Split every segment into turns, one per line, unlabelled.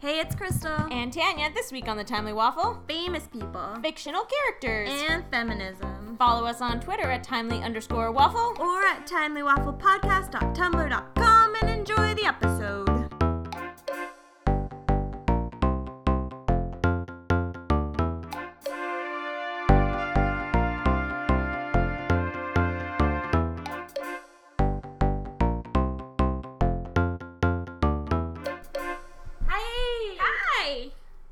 Hey, it's Crystal.
And Tanya, this week on the Timely Waffle,
famous people.
fictional characters.
and feminism.
follow us on Twitter at timely underscore waffle.
Or at timelywafflepodcast.tumblr.com and enjoy the episode.
Hi.
Hi!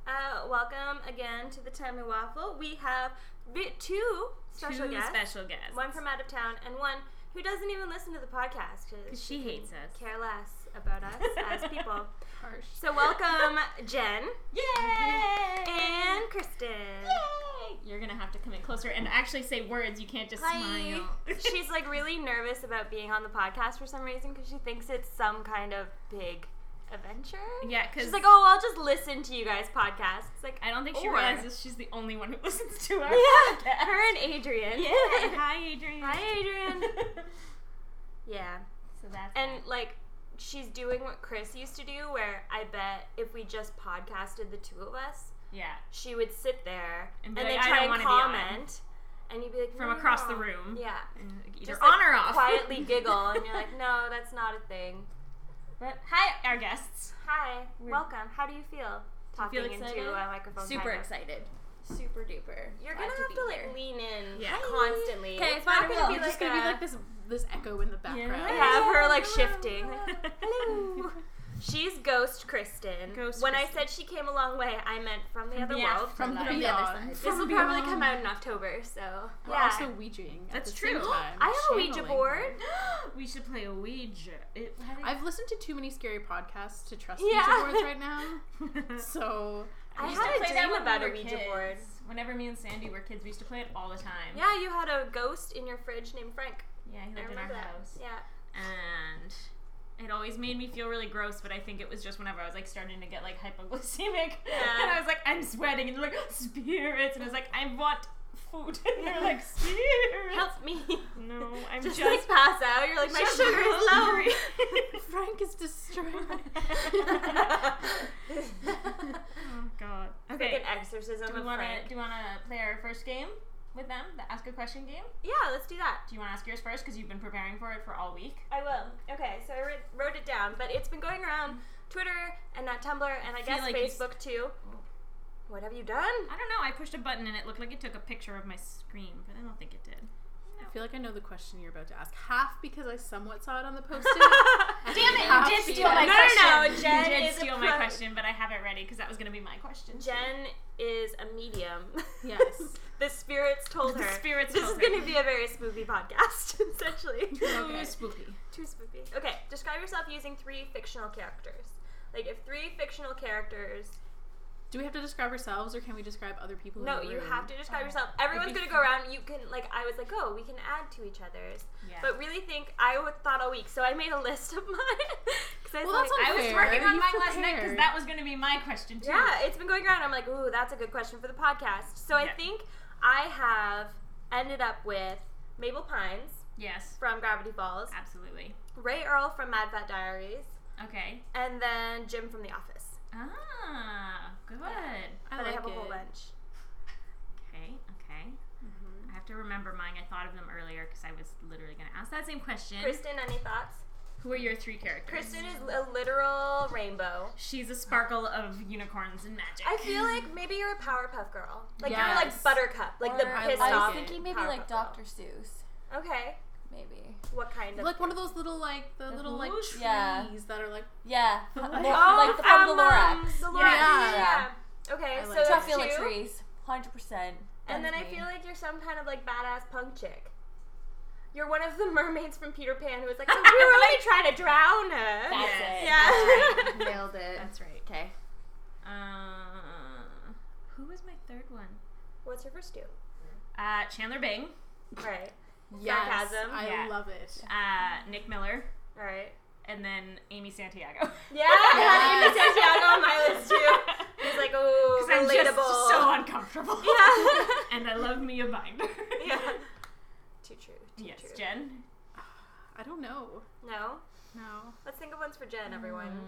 Uh, welcome again to the Timely Waffle. We have vi- two special
Two
guests.
special guests.
One from out of town and one who doesn't even listen to the podcast.
'Cause she hates us.
Care less about us as people.
Harsh.
So welcome Jen
Yay!
and Kristen.
Yay! You're gonna have to come in closer and actually say words. You can't just
Hi.
smile.
She's like really nervous about being on the podcast for some reason because she thinks it's some kind of big adventure.
yeah, because
She's like, oh, I'll just listen to you guys' podcasts. It's like,
I don't think she
or-
realizes she's the only one who listens to our
yeah,
podcast.
her and Adrian.
Yeah. Hi, Adrian.
Hi, Adrian. yeah,
so that's
and like she's doing what Chris used to do, where I bet if we just podcasted the two of us,
yeah
she would sit there
And
and, then
be like, "I
try
don't
and
wanna be on."
comment, and you'd be like,
from
"No,
across the
no."
room.
Yeah.
And, like, Either
Just,
on
like,
or off.
quietly giggle, and you're like, no, that's not a thing.
But hi, our guests.
Hi,
We're-
welcome. How do you feel talking
feel excited?
into a microphone?
Super
kind of?
excited. Super duper.
You're gonna have to, like lean in
Yeah.
constantly.
Okay,
it's
it's fine.
not
Gonna
gonna be
I'm
like,
just gonna
a-
be like this this echo in the background.
I have her like
Hello.
shifting. Hello. She's Ghost Kristen.
Ghost
when I
Kristen.
said she came a long way, I meant from the other
the
world.
From the,
From
from the other
beyond.
side.
this will probably come out in October, so
We're
yeah.
also Ouijaing. at
That's
the
true.
Same time.
I have a Ouija
Channeling.
board.
we should play a Ouija. It, how
I've listened to too many scary podcasts to trust
Yeah.
Ouija boards right now.
did-
So
I
We used to
had a
play that
dream
when we
about a
were
Ouija board.
Whenever me and Sandy were kids, we used to play it all the time.
Yeah, you had a ghost in your fridge named Frank.
Yeah, he
I
lived in our
remember that.
house.
Yeah.
And it always made me feel really gross, but I think it was just whenever I was like starting to get like hypoglycemic.
Yeah.
And I was like, I'm sweating. And they're like, spirits. And I was like, I want food. And they're like, spirits.
Help me.
No, I'm
just,
just.
like pass out. You're like, my
just
sugar is low.
hungry."
Frank is destroyed.
oh, God.
Like
Okay.
an exorcism
Do you
of
want
Frank.
to do you want to play our first game with them? The ask a question game.
Yeah, let's do that.
Do you want to ask yours first because you've been preparing for it for all week?
I will. Okay, so I writ- wrote it down, but it's been going around Twitter and not Tumblr and I,
feel
guess
like you s-
Facebook too. What have you done?
I don't know. I pushed a button and it looked like it took a picture of my screen, but I don't think it did.
I feel like I know the question you're about to ask. Half because I somewhat saw it on the post-it.
Damn it!
Half
You did
the-
steal my
No, no,
question.
no, Jen
you did
is a
steal my
pro.
question, but I have it ready because that was going to be my question.
Jen is a medium.
Yes.
the spirits told her.
The spirits
This
told
is
her.
going to be a very spoopy podcast, essentially.
Ooh,
Okay.
spooky.
Too spooky. Okay, describe yourself using three fictional characters. Like, if three fictional characters.
Do we have to describe ourselves, or can we describe other people?
No,
in the
you
room?
have to describe
Oh.
yourself. Everyone's
be
going to go around. You can, like, I was like, oh, we can add to each other's.
Yeah.
But really think I w- thought all week, so I made a list of mine. 'Cause I was
Well, that's
like,
all
I was
Fair.
working on
You
mine last night because
prepared.
that was going to be my question too.
yeah, it's been going around. I'm like, ooh, that's a good question for the podcast. So I
Yeah.
think I have ended up with Mabel Pines
Yes.
from Gravity Falls,
Absolutely.
Ray Earl from Mad Fat Diaries,
Okay.
and then Jim from The Office.
Ah, good.
I
but
like
I have
it.
a whole bunch.
Okay. Okay.
Mm-hmm.
I have to remember mine. I thought of them earlier because I was literally going to ask that same question.
Kristen, any thoughts?
Who are your three characters?
Kristen is a literal rainbow.
She's a sparkle of unicorns and magic.
I feel like maybe you're a Powerpuff Girl. Like you're like
Yes.
Buttercup, like the
Or I
pissed
like
off.
was thinking maybe
Powerpuff
like
Girl.
Dr. Seuss.
Okay,
Maybe.
what kind of?
Like one of those little like the,
The
little like
whoosh?
trees
Yeah.
that are like
Yeah.
Oh,
Lo-
oh,
like the from
from,
the
um,
Lorax.
the Lorax.
Yeah.
yeah. Okay,
I
so
like
that's
that.
Truffula
two.
trees. 100%.
And then
That's
I
me.
feel like you're some kind of like badass punk chick. You're one of the mermaids from Peter Pan who was like, "Oh, we were only trying to drown her.
That's
Yes.
it.
yeah.
Nailed it.
That's right.
Okay.
Uh, who was my third one?
What's your first two?
Uh, Chandler Bing.
Right.
yes,
Sarcasm.
I
Yeah.
love it.
Uh, Nick Miller.
All right.
And then Amy Santiago.
Yeah, I had Amy Santiago on my list too. It's like, oh,
Because I'm
relatable.
just so uncomfortable.
Yeah.
and I love me a binder.
yeah. Too true. Too
Yes,
true.
Jen.
I don't know.
No.
No.
Let's think of ones for Jen, everyone.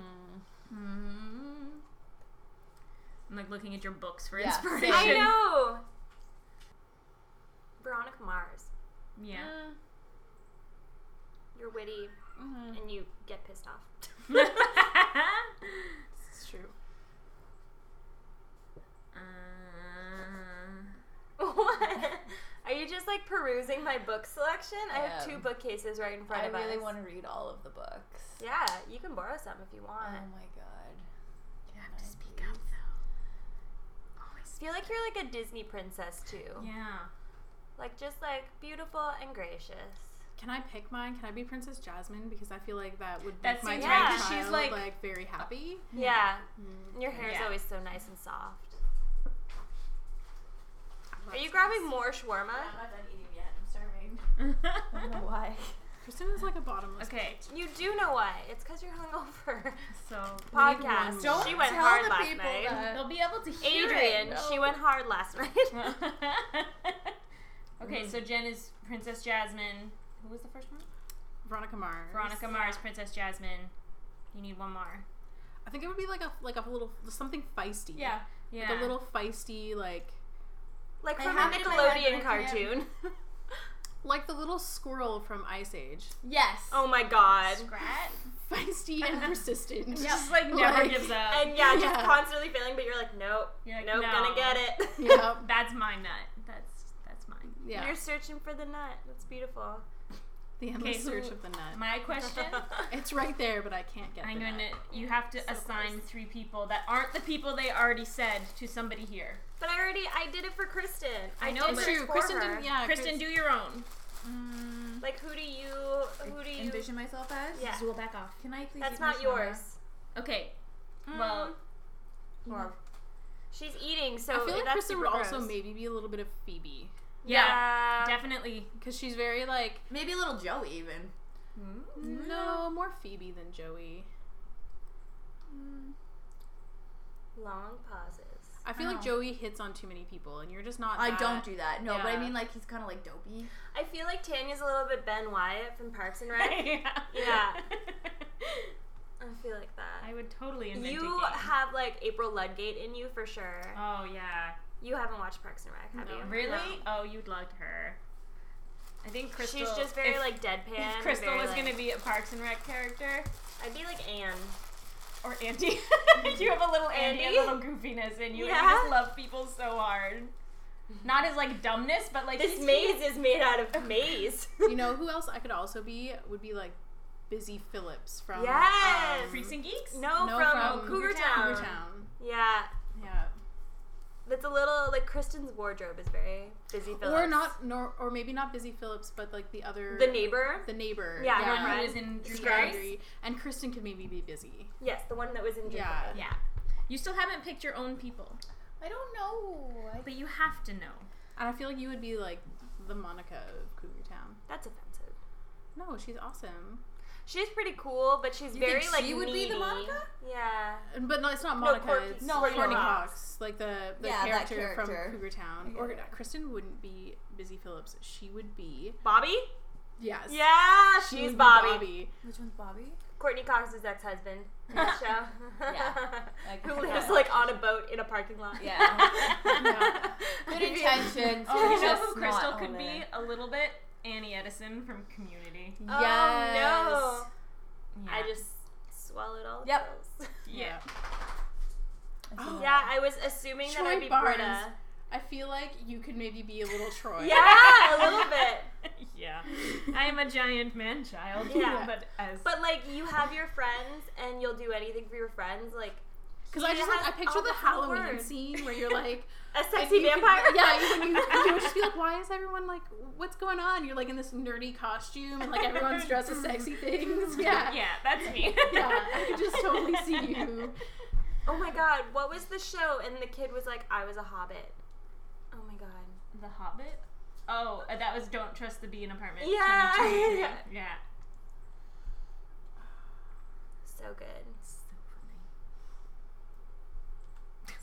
Mm. like looking at your books for
Yeah, same.
inspiration.
I know. Veronica Mars,
Yeah.
Uh,
you're witty
Mm-hmm.
and you get pissed off.
uh,
it's true.
Uh,
what? Are you just like perusing my book selection? I have
I
two
am.
bookcases right in front
I
of
really
us.
want to read all of the books.
Yeah, you can borrow some if you
Oh
want.
my god. Oh
you
Can
have to
I
speak
please?
up though. Always.
I feel like you're like a Disney princess too.
Yeah.
Like just like beautiful and gracious.
Can I pick mine? Can I be Princess Jasmine? Because I feel like that would
That
make my
seems
right, 'cause
child
she's, like-
like, very happy.
Hmm.
Yeah.
Mm,
And your hair's
Yeah.
always so nice and soft.
I
Are you
love-
grabbing more shawarma?
not done eating yet. I'm starving. I don't know
okay.
why.
Kristen is like a bottomless.
You do know why. It's because you're hungover.
So uh,
Podcast.
one more.
she went
Tell
hard
the
last
people
night.
that-
they'll be able to hear
Adrian,
it.
she went hard last night.
okay, so Jen is Princess Jasmine. Who was the first one?
Veronica Mars.
Veronica Mars, Princess Jasmine. You need one more.
I think it would be like a like a little something feisty.
Yeah.
Like a little feisty, like
like
I
from a
have it in my head,
Nickelodeon
but I can't.
cartoon.
like the little squirrel from Ice Age.
Yes.
oh my god.
Scrat.
Feisty and persistent.
Just like never
Like-
gives up.
And yeah, just
Yeah.
constantly failing, but you're like, nope,
You're like,
nope,
no.
gonna get it.
Yep.
That's my nut. That's that's mine.
Yeah.
You're searching for the nut. That's beautiful.
the endless
Okay,
search
who-
of the nut.
My question.
it's right there, but I can't get.
I'm
the
going
nut.
to. You have to
So
assign
close.
three people that aren't the people they already said to somebody here.
but I already, I did it for Kristen. I,
I know,
did
but-
it
True.
for
Kristen
her.
didn't. Yeah.
Kristen, do your own.
Mm,
Like, who do you, who do you?
envision myself as?
Yeah.
Zool, back off.
Can I please?
That's
eat my
not
shawarma?
yours.
Okay. Well,
Mm. Or- she's eating, so
I feel like
that's
Kristen
super
would also
gross.
maybe be a little bit of Phoebe
Yeah,
definitely.
because she's very like
Maybe a little Joey even.
Mm. no more Phoebe than Joey.
Long pauses.
I feel
Oh.
like Joey hits on too many people, and you're just not.
I
that-
don't do that. No, but I
Yeah.
mean like he's kind of like dopey.
I feel like Tanya's a little bit Ben Wyatt from Parks and Rec.
yeah.
Yeah. I feel like that.
I would totally invent a
You
game.
have like April Ludgate in you for sure.
Oh yeah.
You haven't watched Parks and Rec, have
No.
you?
Really?
No.
Oh, you'd loved her. I think Crystal.
She's just very
if-
like deadpan.
If
and
Crystal
very,
was
like-
gonna be a Parks and Rec character
I'd be like Anne.
or Andy, you have a little Andy,
Andy?
a little goofiness in you. and
Yeah.
you just love people so hard. Not as like dumbness, but like
This
he's
maze is made out of maize.
You know who else I could also be would be like Busy Phillips from
Yes!
um,
Freaks and geeks.
No,
no,
from,
from
Cougar,
Cougar
Town.
Cougar Town.
Yeah,
Yeah.
that's a little like Kristen's wardrobe is very busy.
Or
Phillips.
not, nor or maybe not Busy Phillips, but like the other
the neighbor.
the neighbor.
Yeah,
The one
yeah.
who was in Drew
Scary.
Carey.
And Kristen could maybe be busy.
Yes, the one that was in. Drew
Yeah.
Carey.
Yeah. You still haven't picked your own people,
I don't know. I
but you have to know.
And I feel like you would be like the Monica of Cougar Town.
that's offensive.
No, she's awesome.
She's pretty cool, but she's
You
very
think
like
she would be the
needy.
Monica?
Yeah.
And- But no, it's not Monica.
Courtney-
it's
no,
Courtney
Courtney
Cox.
Cox.
like the, the
Yeah, that
character,
character.
from Cougar Town.
Yeah.
Or uh, Kristen wouldn't be Busy Phillips. She would be
Bobby?
yes.
Yeah,
she
she's
would be
Bobby.
Which one's Bobby?
Courtney Cox's ex husband in the show.
Yeah. Like,
Who lives like on a boat in a parking lot.
Yeah.
Yeah.
Good intentions.
Oh, you know
just
who
not
Crystal
on
could be
it.
a little bit? Annie Edison from Community.
Oh, no. I just swallowed all the
Yep.
pills.
yeah.
I see.
Oh, Yeah, I was assuming that
Troy
I'd be
Barnes.
Britta.
I feel like you could maybe be a little Troy.
Yeah, a little bit.
yeah. I am a giant man child.
Yeah.
But as
But like you have your friends and you'll do anything for your friends, like
Because I
He
just like
has
I picture
all
the
the
Halloween
words.
scene where you're like
a
and
sexy
you could-
vampire.
yeah, you, when you, you would just be like, why is everyone like, what's going on? You're like in this nerdy costume and like everyone's dressed as sexy things. Yeah,
Yeah, that's me.
Yeah, I could just totally see you.
Oh my god, what was the show? And the kid was like, I was a hobbit. Oh my god.
The Hobbit? Oh, uh, that was Don't Trust the Bee in Apartment.
Yeah.
22. Yeah.
So good.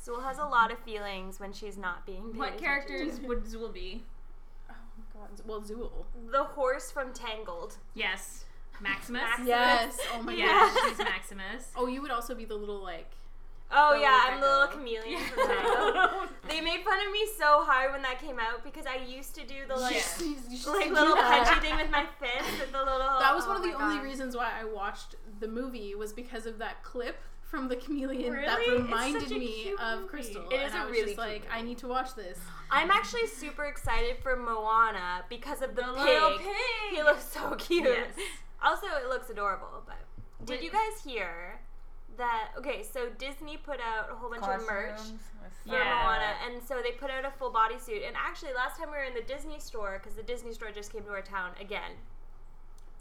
So funny.
Zool has a lot of feelings when she's not being paid
What
attention
characters would Zool be?
Oh my god. Well, Zool.
to. The horse from Tangled.
Yes. Maximus?
Max-
Yes. Oh my
Yeah,
gosh.
she's Maximus.
Oh, you would also be the little like
Oh
The
yeah, I'm
little
the little
gecko.
chameleon from Tangled. They made fun of me so hard when that came out because I used to do the like,
Yeah.
She's- she's-
like
she's-
little Oh
yeah.
punchy thing with my fist and the little.
That was one
one
of the only reasons why I watched the movie was because of that clip from the chameleon that
Really? It's
reminded
such a
me
cute
of
movie.
Crystal.
It is
and I
a
was
really
just
cute
like,
movie.
I need to watch this.
I'm actually super excited for Moana because of the, pig.
little pig.
He looks so cute.
Yes.
Also, it looks adorable. But did
Wait.
you guys hear that? Okay, so Disney put out a whole bunch of merch. for
Yeah.
Moana, and so they put out a full bodysuit. And actually, last time we were in the Disney store, because the Disney store just came to our town again,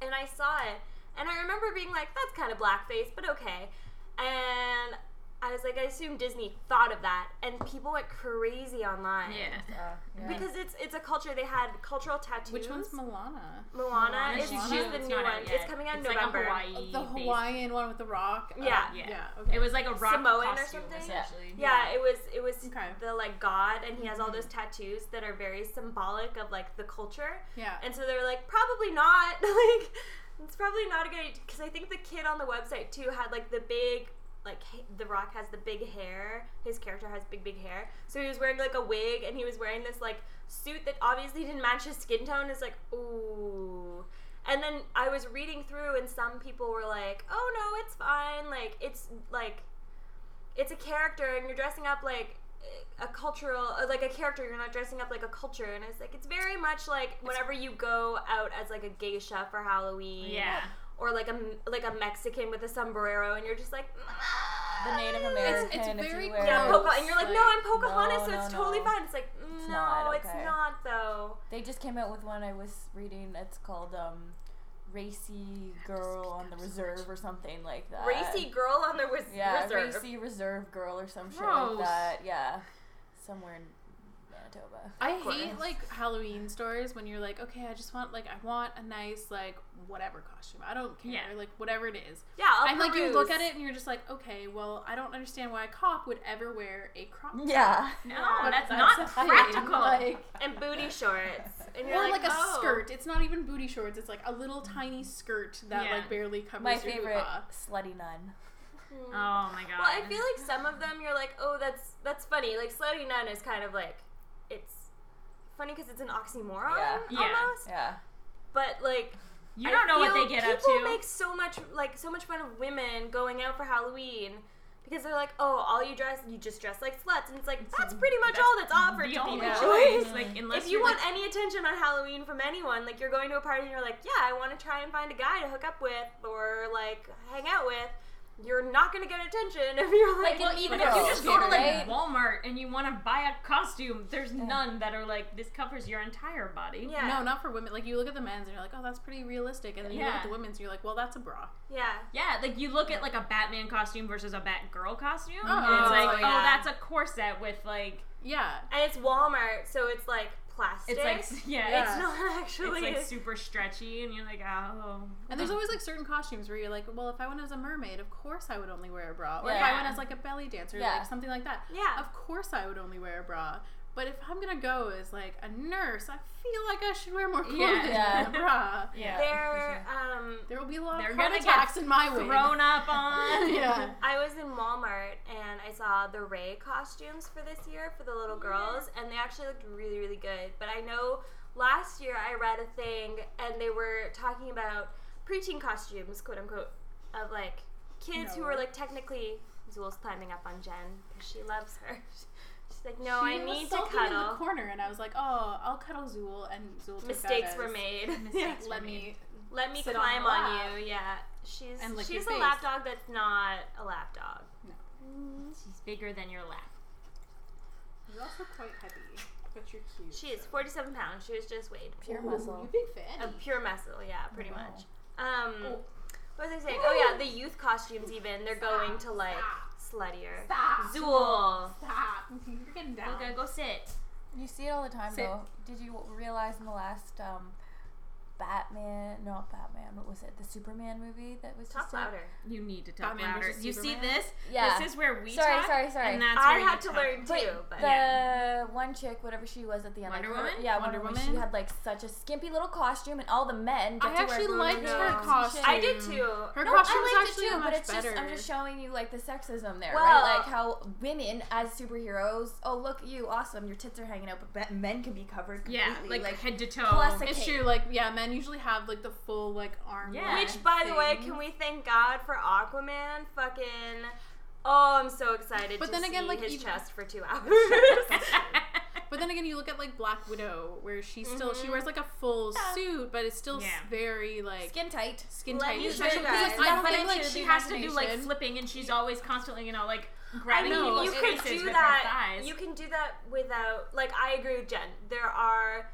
and I saw it, and I remember being like, "That's kind of blackface, but okay." And I was like, I assume Disney thought of that, and people went crazy online
Yeah.
because it's it's a culture. They had cultural tattoos.
Which one's Moana?
Moana
Moana,
is
she's
she's
new.
the
It's
new
not
one.
out
It's
yet.
coming out in
It's like a
November.
Hawaii
The
based-
Hawaiian one with the rock. Oh,
Yeah.
Yeah.
yeah. Okay.
It was like a rock
Samoan or
costume,
something?
essentially.
Yeah, it was it was
Okay.
the like god, and he has
Mm-hmm.
all those tattoos that are very symbolic of like the culture.
yeah.
And so they were like, probably not. like, it's probably not a good because I think the kid on the website too had like the big, like ha- The Rock has the big hair. His character has big, big hair. So he was wearing like a wig and he was wearing this like suit that obviously didn't match his skin tone. It's like, ooh. And then I was reading through, and some people were like, "Oh no, it's fine. Like it's like, it's a character, and you're dressing up like a cultural uh, like a character you're not dressing up like a culture and it's like it's very much like whenever you go out as like a geisha for halloween
Yeah.
or like a M- like a mexican with a sombrero and you're just like
The Native
"Mm."
American.
it's
if
very
you wear-
yeah,
Gross,
Poca- and you're like,
like,
no, I'm Pocahontas,
no,
so it's
no,
totally
no.
fine. It's like, no,
not
it's
okay.
not though.
They just came out with one I was reading that's called um, Racy Girl on the Reserve or something like that.
Racy girl on the res-
Yeah,
reserve.
Racy Reserve Girl or some shit
Gross.
like that. Yeah. Somewhere in Manitoba.
I
Of course.
hate like Halloween stores when you're like, okay, I just want like I want a nice like whatever costume. I don't care,
Yeah.
like whatever it is.
Yeah, I'll
and like you
peruse.
look at it and you're just like, okay, well, I don't understand why a cop would ever wear a crop top.
Yeah.
No,
Yeah.
that's,
That's
not
a thing,
practical.
like-
and booty shorts, and you're
Or like, a
"Oh." Mm.
skirt. It's not even booty shorts. It's like a little tiny skirt that
Yeah.
like barely covers
My
your
favorite
hoo-ha.
slutty nun.
Mm.
oh my god.
Well, I feel like some of them you're like, oh, that's that's funny. Like slutty nun is kind of like, it's funny because it's an oxymoron
Yeah.
Yeah.
almost.
Yeah.
But like,
you
I
don't know what
feel
they get up
People
to.
make so much like so much fun of women going out for Halloween because they're like, oh, all you dress you just dress like sluts, and it's like that's pretty much all that's offered
the
to
only
people.
choice,
Yeah.
like unless
If you
you're,
want
like,
any attention on Halloween from anyone, like you're going to a party and you're like, yeah, I want to try and find a guy to hook up with or like hang out with, you're not going to get attention if you're like,
Like, well,
even
Girl,
if you just go to like
right?
Walmart and you want to buy a costume, there's none that are like this covers your entire body.
yeah,
No, not for women. Like you look at the men's and you're like, oh, that's pretty realistic, and then you look
Yeah.
at the women's and you're like, well, that's a bra.
yeah.
Yeah, like you look at like a Batman costume versus a Batgirl costume,
Oh,
and it's like,
yeah.
oh, that's a corset with like
Yeah,
And it's Walmart, so it's like plastic.
it's like yeah,
Yeah.
It's not
It's,
actually.
it's like super stretchy, and you're like, oh.
And there's always like certain costumes where you're like, well, if I went as a mermaid, of course I would only wear a bra. Or if I
Yeah.
went as like a belly dancer,
Yeah.
like something like that.
yeah.
Of course I would only wear a bra. But if I'm gonna go as like a nurse, I feel like I should wear more clothing
Yeah.
than a bra.
yeah.
There, um,
There will be a lot
They're
of heart
gonna get
attacks in my wig.
thrown up on.
yeah.
I was in Walmart and I saw the Ray costumes for this year for the little girls, and they actually looked really, really good. But I know last year I read a thing and they were talking about preaching costumes, quote unquote, of like kids who
No.
were like technically. Zool's climbing up on Jen because she loves her. She's like, no,
She
I
was
need to
sulking in the
cuddle.
corner, and I was like, oh, I'll cuddle Zool, and Zool took that
Mistakes
as,
were made.
Mistakes were
Let
made.
me.
Let me
sit on
climb
her
on,
lap.
you. Yeah, she's
And lick your
she's a
face.
lap dog that's not a lap dog.
No.
Mm,
She's bigger than your lap.
You're also quite heavy, but you're cute.
She is 47 pounds. She was just weighed.
Pure
Ooh,
muscle.
You big fan.
Of pure muscle, yeah, pretty
Wow.
much. Um,
Oh.
what was I saying? Oh yeah, the youth costumes. Even they're going to like sluttier.
Stop.
Zool.
Stop. You're getting down.
Olga, go sit.
You see it all the time
Sit.
though. Did you realize in the last um, Batman, not Batman. What was it? The Superman movie that was
Talk
just out?
louder.
You need to talk
Batman
louder.
versus
You see
Superman?
this?
Yeah.
This is where we
Sorry,
talk.
sorry, sorry.
And that's
I
where you
had to
talk.
learn
But
too, but
the one chick, whatever she was at the end,
Wonder
like, her-
Woman?
yeah,
Wonder
Wonder, Woman. She
Woman?
had like such a skimpy little costume, and all the men. Got
I
to
actually
wear
liked
really
her
long
costume.
shit.
I did too.
Her
no,
costume
I
was
liked
actually
it too,
much
but it's
better.
just I'm just showing you like the sexism there,
Well-
right? Like how women as superheroes, oh look at you, awesome, your tits are hanging out, but bet- men can be covered completely.
Yeah, like, head to toe.
plus a-
it's
Okay.
true. Like yeah, men usually have like the full like arm.
Yeah.
length
Which, by the way,
thing.
can we thank God for Aquaman? Fucking. Oh, I'm so excited
But
to
then again,
see
like,
his
even-
chest for two hours.
But then again, you look at like Black Widow, where she still she
Mhm.
wears like a full
Yeah.
suit, but it's still s-
Yeah.
very like
skin tight.
skin
Let
tight.
me
It's
show
actually-
you
'cause
guys.
it's-
But
I don't
but
then
think
then
like
she
she
has to do like
imagination.
flipping, and she's always constantly, you know, like
I
grabbing
know.
mean, you
people's
could
faces
do
with
that.
her thighs.
You can do that without. Like, I agree with Jen. There are.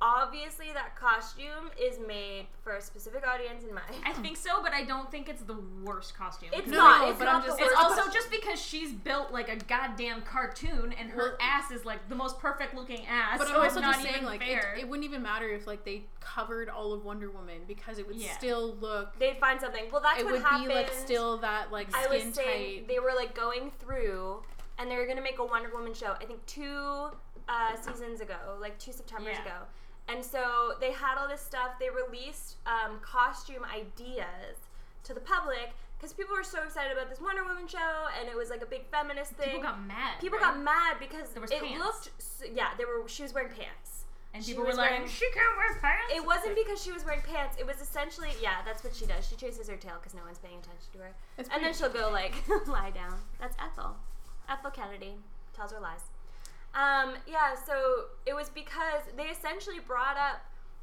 Obviously, that costume is made for a specific audience in mind.
I think so, but I don't think it's the worst costume.
It's
No,
not.
no,
it's
but
not
I'm just-
the
It's
worst.
also
costume.
just because she's built like a goddamn cartoon, and her
Well-
ass is like the most perfect looking ass.
But
so
I'm also
it's not
just saying,
even
like, it,
fair.
it wouldn't even matter if like they covered all of Wonder Woman because it would
Yeah.
still look.
They'd find something. Well, that's
it
what
would
happened.
be like still that like
I
skin
was saying
tight.
they were like going through, and they were gonna make a Wonder Woman show. I think two uh, seasons ago, like two September's
Yeah.
ago. And so they had all this stuff. They released um, costume ideas to the public because people were so excited about this Wonder Woman show, and it was like a big feminist thing.
people got mad.
People
right?
got mad because
There was
it
pants.
looked. s yeah, they were. She was wearing pants.
and
she
people were
was
like,
wearing-
"She can't wear pants."
It wasn't because she was wearing pants. It was essentially, yeah, that's what she does. She chases her tail because no one's paying attention to her.
It's
And then
pretty-
she'll go like lie down. That's Ethel. Ethel Kennedy tells her lies. Um, yeah, so it was because they essentially brought up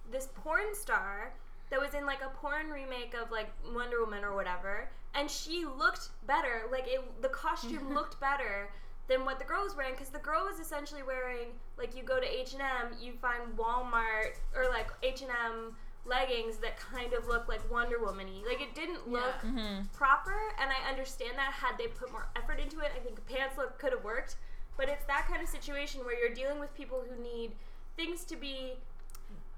this porn star that was in like a porn remake of like Wonder Woman or whatever, and she looked better. Like it, the costume looked better than what the girl was wearing because the girl was essentially wearing like you go to H and M, you find Walmart or like H and M leggings that kind of look like Wonder Woman-y. Like it didn't look
Yeah.
Mm-hmm.
proper, and I understand that had they put more effort into it, I think pants look could have worked. But it's that kind of situation where you're dealing with people who need things to be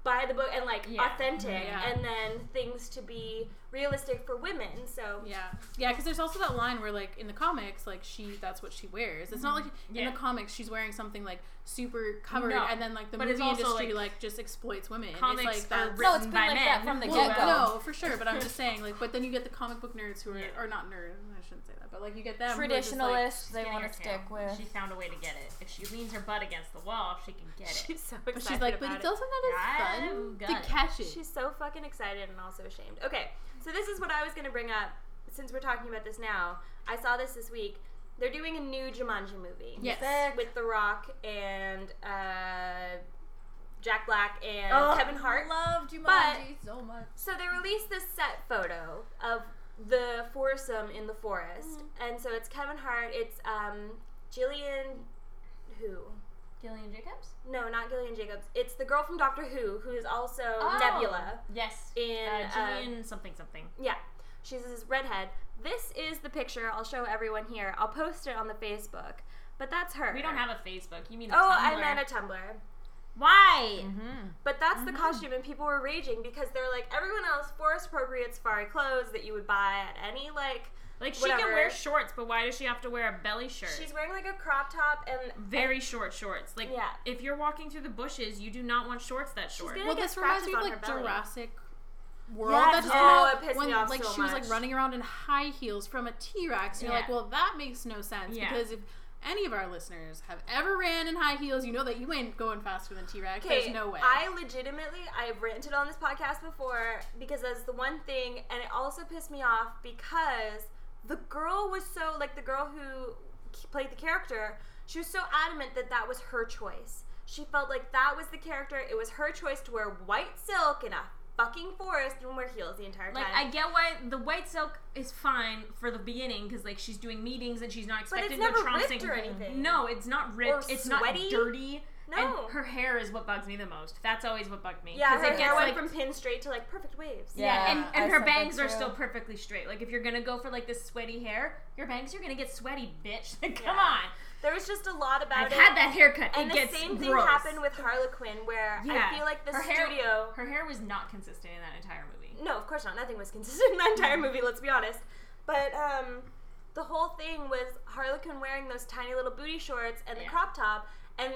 by the book and like
Yeah.
authentic,
Yeah.
and then things to be realistic for women. So
Yeah, yeah, because there's also that line where, like, in the comics, like she that's what she wears. It's not like
Mm-hmm. Yeah.
in the comics she's wearing something like super covered,
No.
and then like the
But it's
movie
also,
industry
like,
like, just exploits women.
Comics
it's like
are
that's-
written
No, it's been
by
like
men.
that from the
well,
get-go.
no, for sure. But I'm just saying, like, but then you get the comic book nerds who are
Yeah.
or not nerds. I shouldn't say that, but like you get them who are just, like,
Traditionalists, they want to stick with.
She found a way to get it. If she leans her butt against the wall, she can get it.
she's so
but
excited.
she's like, but
about
it's
it.
also not as
Yeah,
fun
got it.
to catch it.
She's so fucking excited and also ashamed. Okay, so this is what I was gonna bring up since we're talking about this now. I saw this this week. They're doing a new Jumanji movie.
Yes.
Sick.
with The Rock and uh, Jack Black and
Oh,
Kevin Hart.
Love Jumanji so much.
So they released this set photo of the foursome in the forest,
Mm.
and so it's Kevin Hart, it's um, Jillian, who?
Gillian Jacobs?
No, not Gillian Jacobs. It's the girl from Doctor Who, who is also
Oh.
Nebula.
Yes.
In
uh,
uh,
Gillian something something.
Yeah. She's this redhead. This is the picture. I'll show everyone here. I'll post it on the Facebook. But that's her.
We don't have a Facebook. You mean a
Oh,
Tumblr.
I meant a Tumblr.
Why?
Mm-hmm.
But that's the costume, and people were raging because they're like, everyone else forest appropriate safari clothes that you would buy at any like.
Like she can
Whatever.
wear shorts, but why does she have to wear a belly shirt?
She's wearing like a crop top, and
very short shorts. Like
Yeah.
if you're walking through the bushes, you do not want shorts that short.
gonna-
well,
get
this reminds me of
scratches on
like
her belly.
Jurassic World.
Yes.
that just
Oh,
came out
it pissed
when
me off
like
so
she was like
much.
running around in high heels from a T Rex. You're
Yeah.
like, well, that makes no sense
Yeah.
because if any of our listeners have ever ran in high heels, you know that you ain't going faster than T Rex. There's no way.
I legitimately, I've ranted on this podcast before because that's the one thing, and it also pissed me off because the girl was so, like, the girl who k- played the character, she was so adamant that that was her choice. She felt like that was the character, it was her choice to wear white silk in a fucking forest and wear heels the entire time.
Like I get why the white silk is fine for the beginning because like she's doing meetings and she's not
but
expected
it's
to go
never
trouncing.
ripped or anything.
No, it's not ripped.
Or
it's
sweaty.
not dirty.
No.
And her hair is what bugs me the most. That's always what bugged me.
yeah,
'cause
her
it
hair
gets,
went
like,
from pin straight to like perfect waves.
Yeah,
Yeah,
and,
I
and her
said that
bangs are
too.
still perfectly straight. Like if you're gonna go for like this sweaty hair, your bangs you're gonna get sweaty, bitch. Like, come
Yeah.
on.
There was just a lot about
I've
it.
had that haircut.
and
it
the
gets
same
gross.
thing happened with Harlequin, where
Yeah.
I feel like the
Her hair-
studio.
her hair was not consistent in that entire movie. Mm-hmm.
No, of course not. Nothing was consistent in that entire movie, let's be honest. But um, the whole thing was Harlequin wearing those tiny little booty shorts and the
Yeah.
crop top, and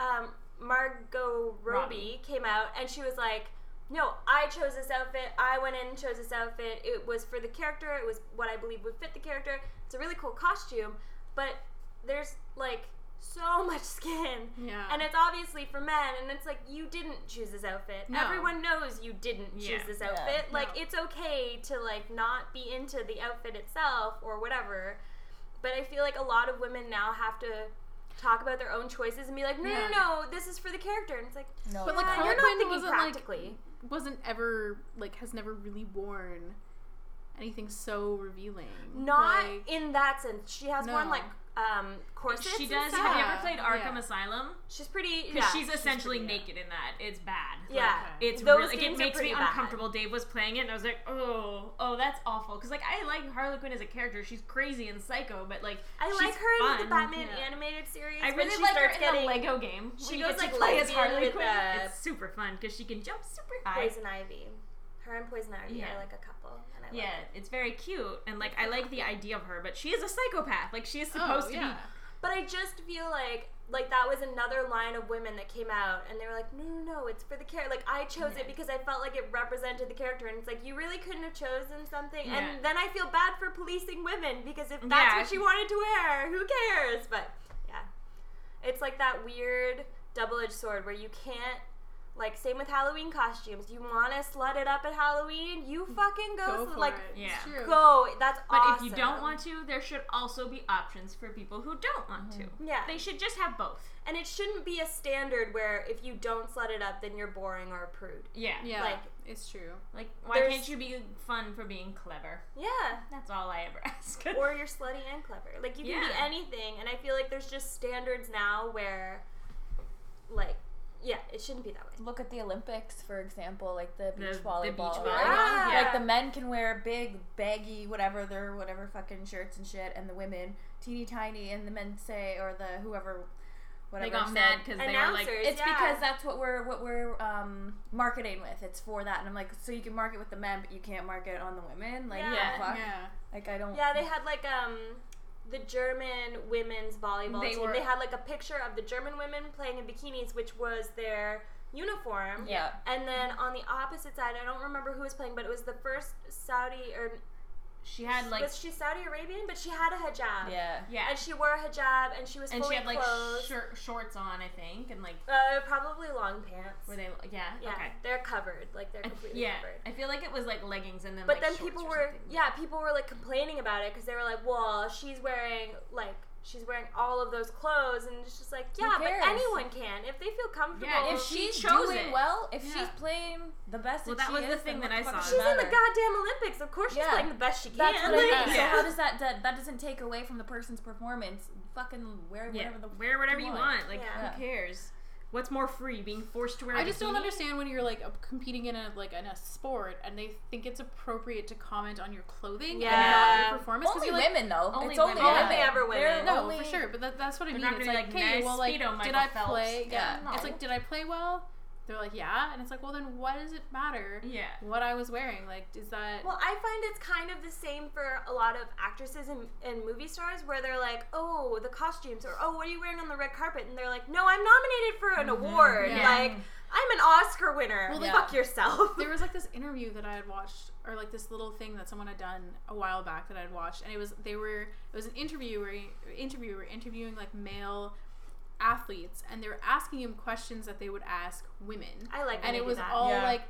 um, Margot Robbie
Robbie.
came out and she was like, no, I chose this outfit. I went in and chose this outfit. It was for the character. It was what I believe would fit the character. It's a really cool costume, but there's like so much skin.
Yeah.
And it's obviously for men, and it's like you didn't choose this outfit.
No.
Everyone knows you didn't choose
Yeah.
this
Yeah.
outfit. Like
No.
it's okay to like not be into the outfit itself or whatever. But I feel like a lot of women now have to talk about their own choices and be like, no,
Yeah.
no, no, this is for the character. And it's like,
No,
But, like,
yeah,
yeah.
you're
Harlequin
not thinking
wasn't, like-
practically.
wasn't ever like has never really worn anything so revealing.
not
Like,
in that sense. She has one
No.
like um corsets.
She
and
does.
stuff.
Have you
Yeah.
ever played Arkham
Yeah.
Asylum?
She's pretty.
Because
Yeah.
she's essentially
pretty, yeah.
naked in that. It's bad.
yeah.
Okay.
It's
Those
really, like, it
games are
makes me
pretty bad.
uncomfortable. Dave was playing it, and I was like, oh, oh, that's awful. Because like I like Harlequin as a character. She's crazy and psycho, but like
I
she's
like her
fun.
in the Batman
yeah.
animated series.
I
when
really
she
like her
starts
in
getting
the Lego game.
she
where you
goes,
get
like,
to play as
lesbian
Harley
with,
Quinn.
uh,
It's super fun because she can jump super high.
Poison Ivy. Her and Poison Ivy
Yeah.
are like a couple. And I love
Yeah,
it.
it's very cute, and like I like the idea of her, but she is a psychopath. Like she is supposed
oh,
to
yeah.
be
But I just feel like like that was another line of women that came out and they were like, no, no, no, it's for the character. Like I chose
Yeah.
it because I felt like it represented the character, and it's like you really couldn't have chosen something.
Yeah.
And then I feel bad for policing women because if that's
Yeah.
what she wanted to wear, who cares? But yeah, it's like that weird double-edged sword where you can't. Like same with Halloween costumes. You want to slut it up at Halloween? You fucking go,
Go for
like
it.
Yeah.
It's true.
go. That's
But
awesome.
if you don't want to, there should also be options for people who don't want to.
yeah,
They should just have both.
And it shouldn't be a standard where if you don't slut it up, then you're boring or a prude.
Yeah.
Yeah.
like-
it's true.
Like, why
There's-
can't you be fun for being clever?
Yeah.
That's all I ever ask.
Or you're slutty and clever. Like you can be
Yeah.
anything. And I feel like there's just standards now where, like, yeah, it shouldn't be that way.
Look at the Olympics, for example, like the
The-
beach
the
volleyball.
beach
right?
volleyball,
Like
yeah.
the men can wear big, baggy, whatever their whatever fucking shirts and shit, and the women teeny tiny, and the men say or the whoever, whatever.
they got
said,
mad because they were like,
Announcers,
It's
yeah.
because that's what we're what we're um, marketing with. It's for that, and I'm like, so you can market with the men, but you can't market on the women. Like,
Yeah.
yeah, fuck.
Yeah.
Like I don't.
Yeah, they had like um the German women's volleyball
They
team.
were-
They had like a picture of the German women playing in bikinis, which was their uniform.
Yeah.
And then on the opposite side, I don't remember who was playing, but it was the first Saudi or
she had like,
was she Saudi Arabian? But she had a hijab.
Yeah.
yeah,
and she wore a hijab and she was
and she
fully
had like
clothed.
shir- shorts on, I think, and like,
uh, probably long pants.
were they, yeah,
yeah,
okay.
they're covered. Like they're
I-
completely
yeah,
covered.
I feel like it was like leggings and then.
But
like,
then
shorts
people
or
were
something.
yeah, people were like complaining about it because they were like, well, she's wearing like she's wearing all of those clothes and it's just like
Who
yeah,
cares?
but anyone can if they feel comfortable.
Yeah,
If
she
she's
chose
doing
it.
well, if
Yeah.
she's playing the best,
Well,
that she
that was the
is,
thing
then
that
what
I
the fuck
saw.
does
she's
it
in the
matter?
goddamn Olympics, of course she's
Yeah.
playing the best she can.
That's what I
like-
mean.
Yeah.
So how does that, that that doesn't take away from the person's performance? Fucking wear
Yeah,
whatever the
wear whatever you want. Like,
Yeah.
who cares? What's more free, being forced to wear? a
I just don't
bikini?
understand when you're like a- competing in a like in a sport and they think it's appropriate to comment on your clothing and not
Yeah.
your performance. 'cause
Only
you're like,
women though.
only
it's only
women.
women.
Only ever women.
They're
No,
only-
for sure. But that, that's what I
They're
mean.
not
It's
gonna be
like,
like,
hey,
nice
well, like,
speedo,
did
Michael
I
Phelps.
play?
Yeah.
Yeah. It's
No.
like, did I play well? They're like, yeah. And it's like, well, then what does it matter
Yeah.
what I was wearing? Like, is that?
Well, I find it's kind of the same for a lot of actresses and, and movie stars where they're like, oh, the costumes, or oh, what are you wearing on the red carpet? And they're like, no, I'm nominated for an award.
Yeah.
Like, I'm an Oscar winner.
Well,
Well,
they-
Fuck yourself.
there was like this interview that I had watched, or like this little thing that someone had done a while back that I had watched, and it was they were it was an interviewer interviewer interviewing like male athletes, and they were asking him questions that they would ask women,
I like when
and
they
it
do
was
that.
all
Yeah.
like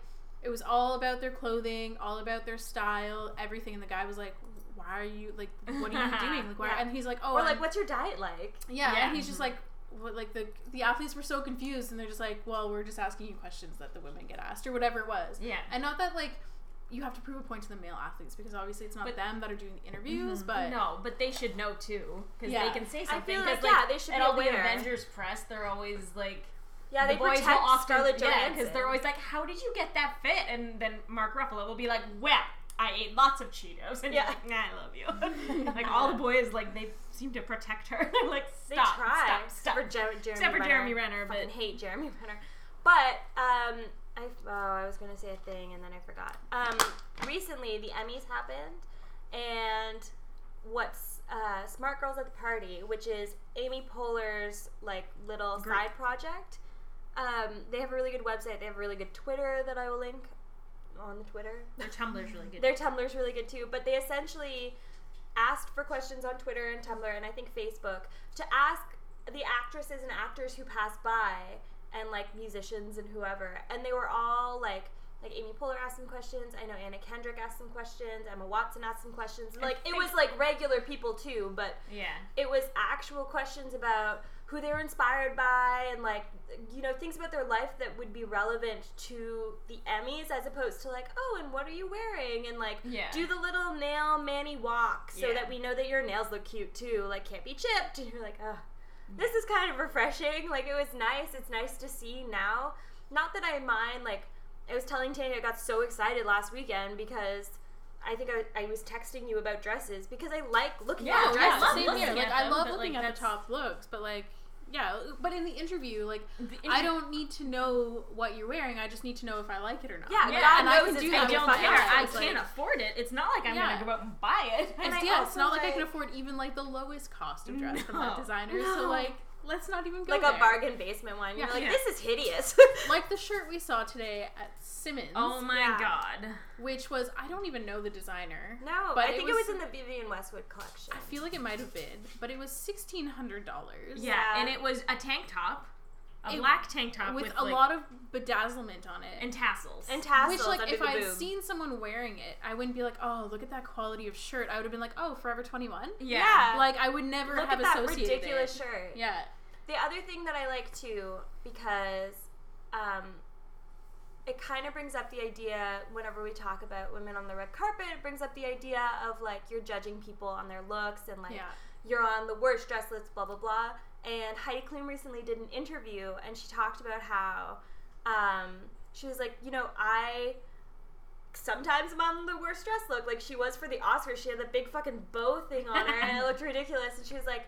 it was all about their clothing, all about their style, everything, and the guy was like, "Why are you like? What are you doing? Like, why?"
Yeah.
And he's like, "Oh,
or
I'm-
like, what's your diet like?
yeah,
Yeah.
and he's just like, what, like the the athletes were so confused, and they're just like, well, we're just asking you questions that the women get asked, or whatever it was.
Yeah.
and not that like you have to prove a point to the male athletes because obviously it's not
But- Mm-hmm.
them that are doing the interviews, but
no, but they should know too because
Yeah.
they can say
I
something.
feel
'cause,
like, yeah, they should
at
be
all the
aware.
Avengers press, they're always like
Yeah, they
the boys
protect
will often,
Scarlett
yeah,
Johansson
because they're always like, "How did you get that fit?" And then Mark Ruffalo will be like, "Well, I ate lots of Cheetos," and
Yeah.
yeah, like, nah, I love you. like all the boys, like they seem to protect her. they're like,
they
"Stop,
try
stop, stop."
for Jer- Jeremy
Except for
Renner.
Jeremy Renner,
I
but
fucking hate Jeremy Renner. But um, I oh, I was gonna say a thing and then I forgot. Um, recently the Emmys happened, and what's uh, Smart Girls at the Party, which is Amy Poehler's like little
Group.
side project. Um, they have a really good website. They have a really good Twitter that I will link on the Twitter.
their Tumblr's really good.
Their Tumblr's really good too, but they essentially asked for questions on Twitter and Tumblr and I think Facebook to ask the actresses and actors who passed by and like musicians and whoever. And they were all like like Amy Poehler asked some questions. I know Anna Kendrick asked some questions. Emma Watson asked some questions. And,
I
like it
think-
was like regular people too, but
yeah,
it was actual questions about who they were inspired by and like you know things about their life that would be relevant to the Emmys as opposed to like oh and what are you wearing and like
Yeah.
do the little nail Manny walk so
Yeah.
that we know that your nails look cute too like can't be chipped and you're like oh this is kind of refreshing like it was nice it's nice to see now not that I mind like I was telling Tanya I got so excited last weekend because I think I, I was texting you about dresses because I like looking
Yeah,
at
Oh,
I
dresses.
yeah,
love
same
looking
here.
at
Like I
them,
love
but,
looking
like,
at the
that's-
top looks, but like yeah, but in the interview, like
The
I
interview-
don't need to know what you're wearing. I just need to know if I like it or not.
Yeah,
Yeah,
God
and
I
knows
can
it's
do
gonna
that
I
be
with
don't
my
fine.
care.
outfit,
I
it's
can't
like-
afford it. It's not like I'm
Yeah.
gonna go out and buy it.
And
It's,
I
yeah, it's
also,
not like, I
like-
can afford even like the lowest cost of dress from
No.
that designer. So
No.
like, let's not even go
Like
there.
a bargain basement one. You're
Yeah.
like,
Yeah.
this is hideous.
Like the shirt we saw today at Simmons,
oh my
Yeah.
god.
which was I don't even know the designer.
no,
But
I
it
think
was-
it was in the Vivian Westwood collection.
I feel like it might have been, but it was sixteen hundred dollars.
Yeah,
Yeah.
and it was a tank top, a
It-
black tank top
with,
with,
a
like,
lot of bedazzlement on it.
and tassels.
and tassels
which like
under
if
the
I had
boob.
seen someone wearing it, I wouldn't be like, oh, look at that quality of shirt. I would have been like, oh, Forever Twenty One.
yeah.
Yeah.
Like I would never
Look
have
at that
associated
ridiculous
it.
shirt.
Yeah,
The other thing that I like too, because um, it kind of brings up the idea whenever we talk about women on the red carpet, it brings up the idea of like you're judging people on their looks and like
yeah.
you're on the worst dress list, blah blah blah. And Heidi Klum recently did an interview, and she talked about how um, she was like, you know, I sometimes am on the worst dress look. Like she was for the Oscars, she had the big fucking bow thing on her, and it looked ridiculous. And she was like.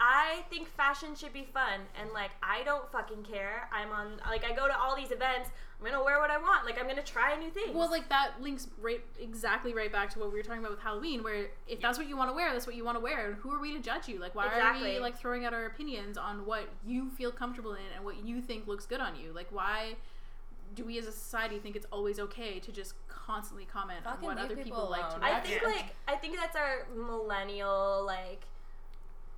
I think fashion should be fun and like I don't fucking care. I'm on like I go to all these events. I'm going to wear what I want. Like I'm going to try new things.
Well, like that links right exactly right back to what we were talking about with Halloween, where if that's what you want to wear, that's what you want to wear, and who are we to judge you? Like, why are we
Exactly.
like throwing out our opinions on what you feel comfortable in and what you think looks good on you? Like, why do we as a society think it's always okay to just constantly comment
Fucking
on what
leave
other
people
people like to
alone.
wear?
I think
Yeah.
like I think that's our millennial like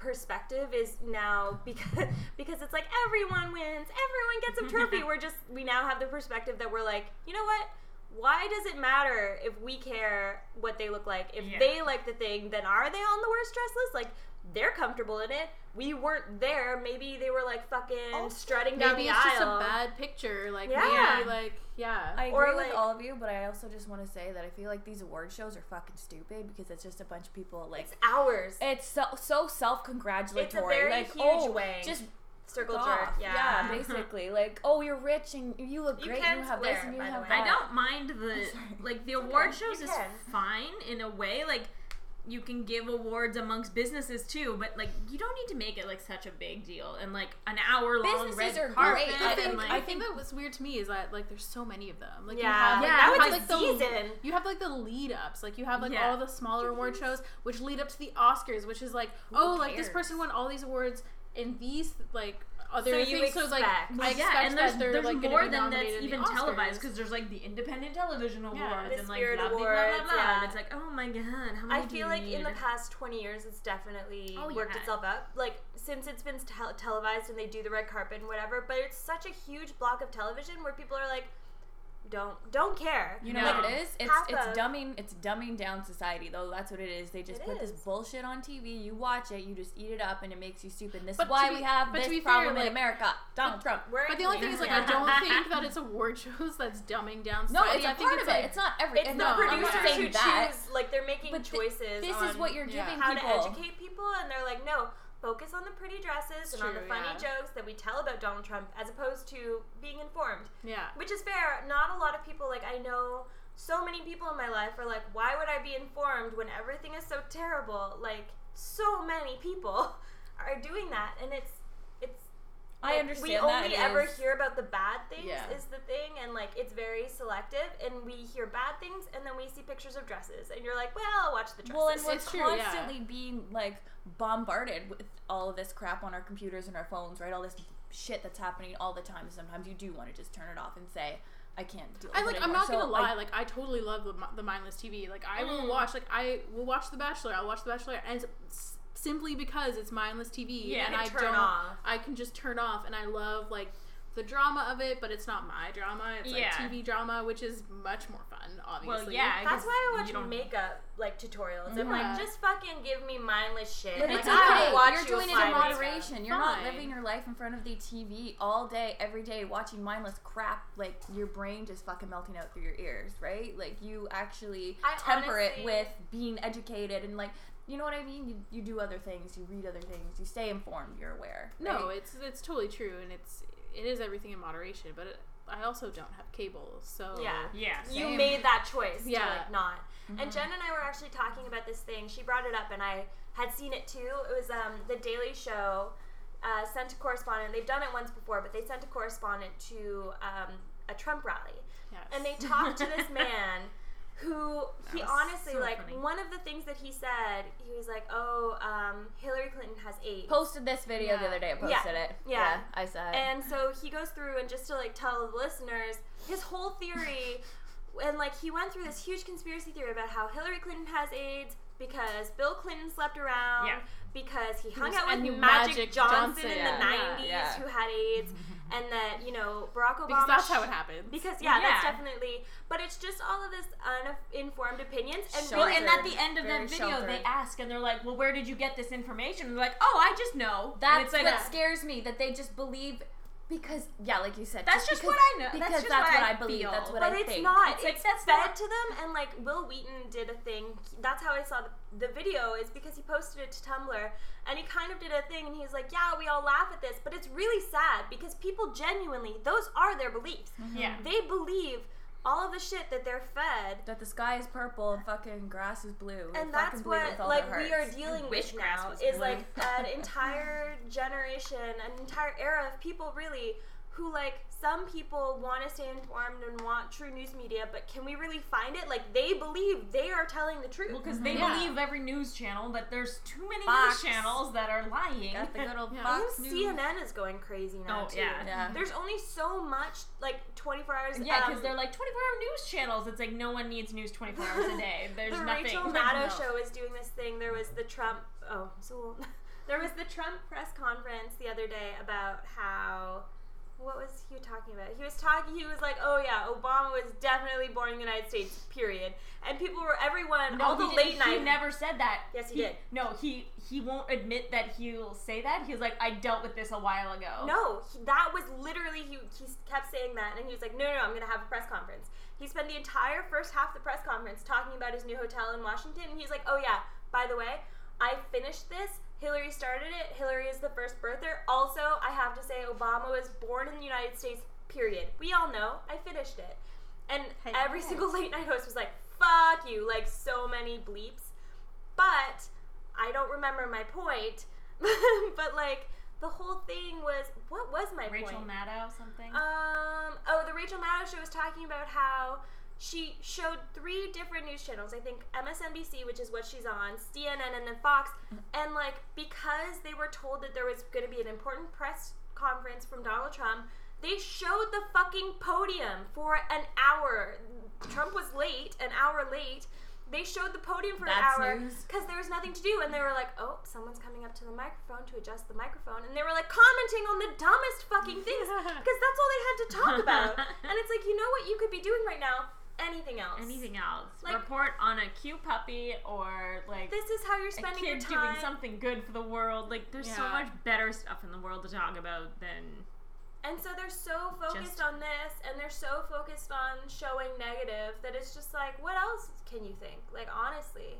perspective is now because because it's like everyone wins, everyone gets a trophy. we're just we now have the perspective that we're like, you know what? Why does it matter if we care what they look like? If
Yeah.
they like the thing, then are they on the worst dress list? Like they're comfortable in it. We weren't there. Maybe they were like fucking strutting down
Maybe
the
it's just
aisle.
a bad picture. Like,
Yeah.
maybe, like, yeah.
I agree
Or,
with
like-
all of you, but I also just want to say that I feel like these award shows are fucking stupid because it's just a bunch of people like
it's hours.
it's so so self congratulatory.
It's a very
like,
huge
oh,
way.
Just
Circle
off.
jerk. Yeah.
basically, like oh, you're rich and you look
You
great.
can
You have
swear,
this and you
by the
have
way.
that.
I don't mind the
Uh, Sorry.
like the
It's
award
okay.
shows
You
is
can.
fine in a way. Like you can give awards amongst businesses too, but like you don't need to make it like such a big deal and like an hour long
Businesses
red
are
carpet
great.
I
I
think,
and like
I think that was weird to me is that like there's so many of them. Like you
Yeah.
have, like,
Yeah,
you
that
have,
was
like
a
the
season.
You have like the lead ups. Like you have like
Yeah.
all the smaller award shows which lead up to the Oscars, which is like oh like this
cares?
person won all these awards in these like other
So you
things. so it's like
expect.
I
Well,
expect
yeah, and there's,
that they're
there's
like
more
gonna be
than
nominated
that's
in the
even
Oscars.
televised because there's like the Independent Television Awards
The
and like
Spirit
blah, blah, blah, blah,
Awards,
blah.
yeah.
And it's like, oh my god, how many
I
do
feel
you
like in the
need?
past 20 years, it's definitely
Oh,
worked
yeah.
itself up. Like, since it's been tel- televised and they do the red carpet and whatever, but it's such a huge block of television where people are like, don't don't care.
You know
No.
what it is? It's
Half
it's
of-
dumbing it's dumbing down society though. That's what it is. They just
It
put this
is.
bullshit on TV. You watch it, you just eat it up, and it makes you stupid. This
But
is
to
why
be-
we have
but to
this
be fair,
problem in
like-
America. Donald Trump.
We're
But the only thing is, like, I don't think that it's award shows that's dumbing down
No,
society.
it's
I
a
think
part
it's
of
like,
it. It's not every.
it's
it's
the
no,
not, I'm not
producers
saying
who
that.
choose. Like they're making
But thi-
choices.
This is
on
what you're
yeah.
giving
how
people.
to educate people, and they're like, no, focus on the pretty dresses
It's
and on the
true,
funny
yeah.
jokes that we tell about Donald Trump, as opposed to being informed.
yeah.
Which is fair. Not a lot of people like I know. So many people in my life are like, why would I be informed when everything is so terrible? Like so many people are doing that, and it's it's.
I
like,
understand
We
that
only
it
ever
is-
hear about the bad things
Yeah.
is the thing, and like it's very selective. And we hear bad things, and then we see pictures of dresses, and you're like, well, I'll watch the dresses.
Well, and
It's
we're
true, yeah.
constantly being like bombarded with all of this crap on our computers and our phones, right? All this shit that's happening all the time. Sometimes you do want to just turn it off and say, "I can't do it."
I like. I'm not gonna
like,
lie. Like, I totally love the, mi- the mindless TV. Like, I will watch. Like, I will watch The Bachelor. I'll watch The Bachelor, and it's s- simply because it's mindless TV.
Yeah,
and
you
I
can turn
don't.
off.
I can just turn off, and I love like the drama of it, but it's not my drama. It's like
Yeah.
TV drama, which is much more fun. Obviously.
Well, yeah.
That's
'cause
why I
you
watch
don't-
makeup like tutorials. I'm
Yeah.
like, just fucking give me mindless shit.
But
like,
it's
I
okay.
will watch
You're
you a
doing it in
fly race.
moderation. You're not
Fine.
living your life in front of the TV all day, every day, watching mindless crap. Like your brain just fucking melting out through your ears, right? Like you actually
I
temper
honestly-
it with being educated and like, you know what I mean? You, you do other things, you read other things, you stay informed, you're aware.
No,
right?
it's it's totally true, and it's it is everything in moderation. But it, I also don't have cable, so
Yeah.
Yeah.
you
Same.
made that choice to
Yeah.
like not.
Mm-hmm.
And Jen and I were actually talking about this thing. She brought it up, and I had seen it too. It was um, the Daily Show uh, sent a correspondent. They've done it once before, but they sent a correspondent to um, a Trump rally,
Yes.
and they talked to this man who he
was
honestly
so
like
funny.
one of the things that he said. He was like, "Oh, um, Hillary Clinton has AIDS."
posted this video the
Yeah.
other day. I
Yeah.
posted it.
Yeah.
I saw it.
And so he goes through and just to like tell the listeners his whole theory, and like he went through this huge conspiracy theory about how Hillary Clinton has AIDS because Bill Clinton slept around,
Yeah.
because he hung
was-
out with
and
Magic,
Magic
Johnson,
Johnson,
in
yeah,
the
yeah,
'90s
yeah.
who had AIDS, and that you know Barack Obama.
because that's how
sh-
it happens.
Because yeah, that's
Yeah.
definitely. But it's just all of this uninformed opinions and
Sure.
Well,
really
and at the end of
Very
the video, they
sheltered.
ask and they're like, "Well, where did you get this information?" And they're like, "Oh, I just know." And
That's
it's like,
what scares me that they just believe because yeah, like you said,
That's just
because-
what I know. That's
Because
just
that's
what
what
I
I, believe.
feel.
That's what
but
I
it's
think.
not.
It's
It's,
like, that's
fed
not-
to them, and like Will Wheaton did a thing. That's how I saw the, the video is because he posted it to Tumblr, and he kind of did a thing, and he's like, "Yeah, we all laugh at this, but it's really sad because people genuinely, those are their beliefs.
yeah.
They believe all of the shit that they're fed."
That the sky is purple and fucking grass is blue. They
And
fucking
that's
believe it
what
with all
like
their
we are
hearts.
dealing with
Witchcraft
now
was
is
blue.
like an entire generation, an entire era of people really who like some people want to stay informed and want true news media, but can we really find it? Like they believe they are telling the truth.
Well, because they
Yeah.
believe every news channel, but there's too many
Fox.
news channels that are lying.
Got the good old
Yeah.
Fox
Even
News.
CNN is going crazy now.
Oh,
too.
yeah.
Yeah.
There's only so much like 24 hours.
yeah, because
um,
they're like 24 hour news channels. It's like no one needs news 24 hours a day. There's
the
nothing.
Rachel Maddow show is doing this thing. There was the Trump. Oh, so there was the Trump press conference the other day about how. What was he talking about? He was talking. He was like, "Oh yeah, Obama was definitely born in the United States." Period. And people were everyone.
No,
all
he
the
didn't-
late night.
He never said that.
Yes, he did.
No, he he won't admit that he'll say that. He's like, I dealt with this a while ago.
No, he, that was literally he, he kept saying that, and he was like, "No, no, no I'm going to have a press conference." He spent the entire first half of the press conference talking about his new hotel in Washington, and he's like, "Oh yeah, by the way, I finished this. Hillary started it. Hillary is the first birther. Also, I have to say, Obama was born in the United States. Period. We all know. I finished it." And
Hey.
every single late night host was like, "Fuck you!" Like so many bleeps, but I don't remember my point. but like the whole thing was what was my
Rachel
point?
Maddow something.
um oh the Rachel Maddow show was talking about how she showed three different news channels. I think MSNBC, which is what she's on, CNN, and then Fox.
Mm.
And like because they were told that there was going to be an important press conference from Donald Trump, they showed the fucking podium for an hour. Trump was late, an hour late. they showed the podium for an
That's
hour
news.
because there was nothing to do, and they were like, "Oh, someone's coming up to the microphone to adjust the microphone," and they were like commenting on the dumbest fucking things because that's all they had to talk about. and it's like, you know what you could be doing right now? Anything else?
Anything else?
Like-
Report on a cute puppy or like
This is how you're
a
spending
kid
your time.
doing something good for the world. Like there's so
Yeah.
much better stuff in the world to talk about than
And so they're so focused
Just-
on this and they're so focused on showing negative that it's just like, what else can you think? Like, honestly.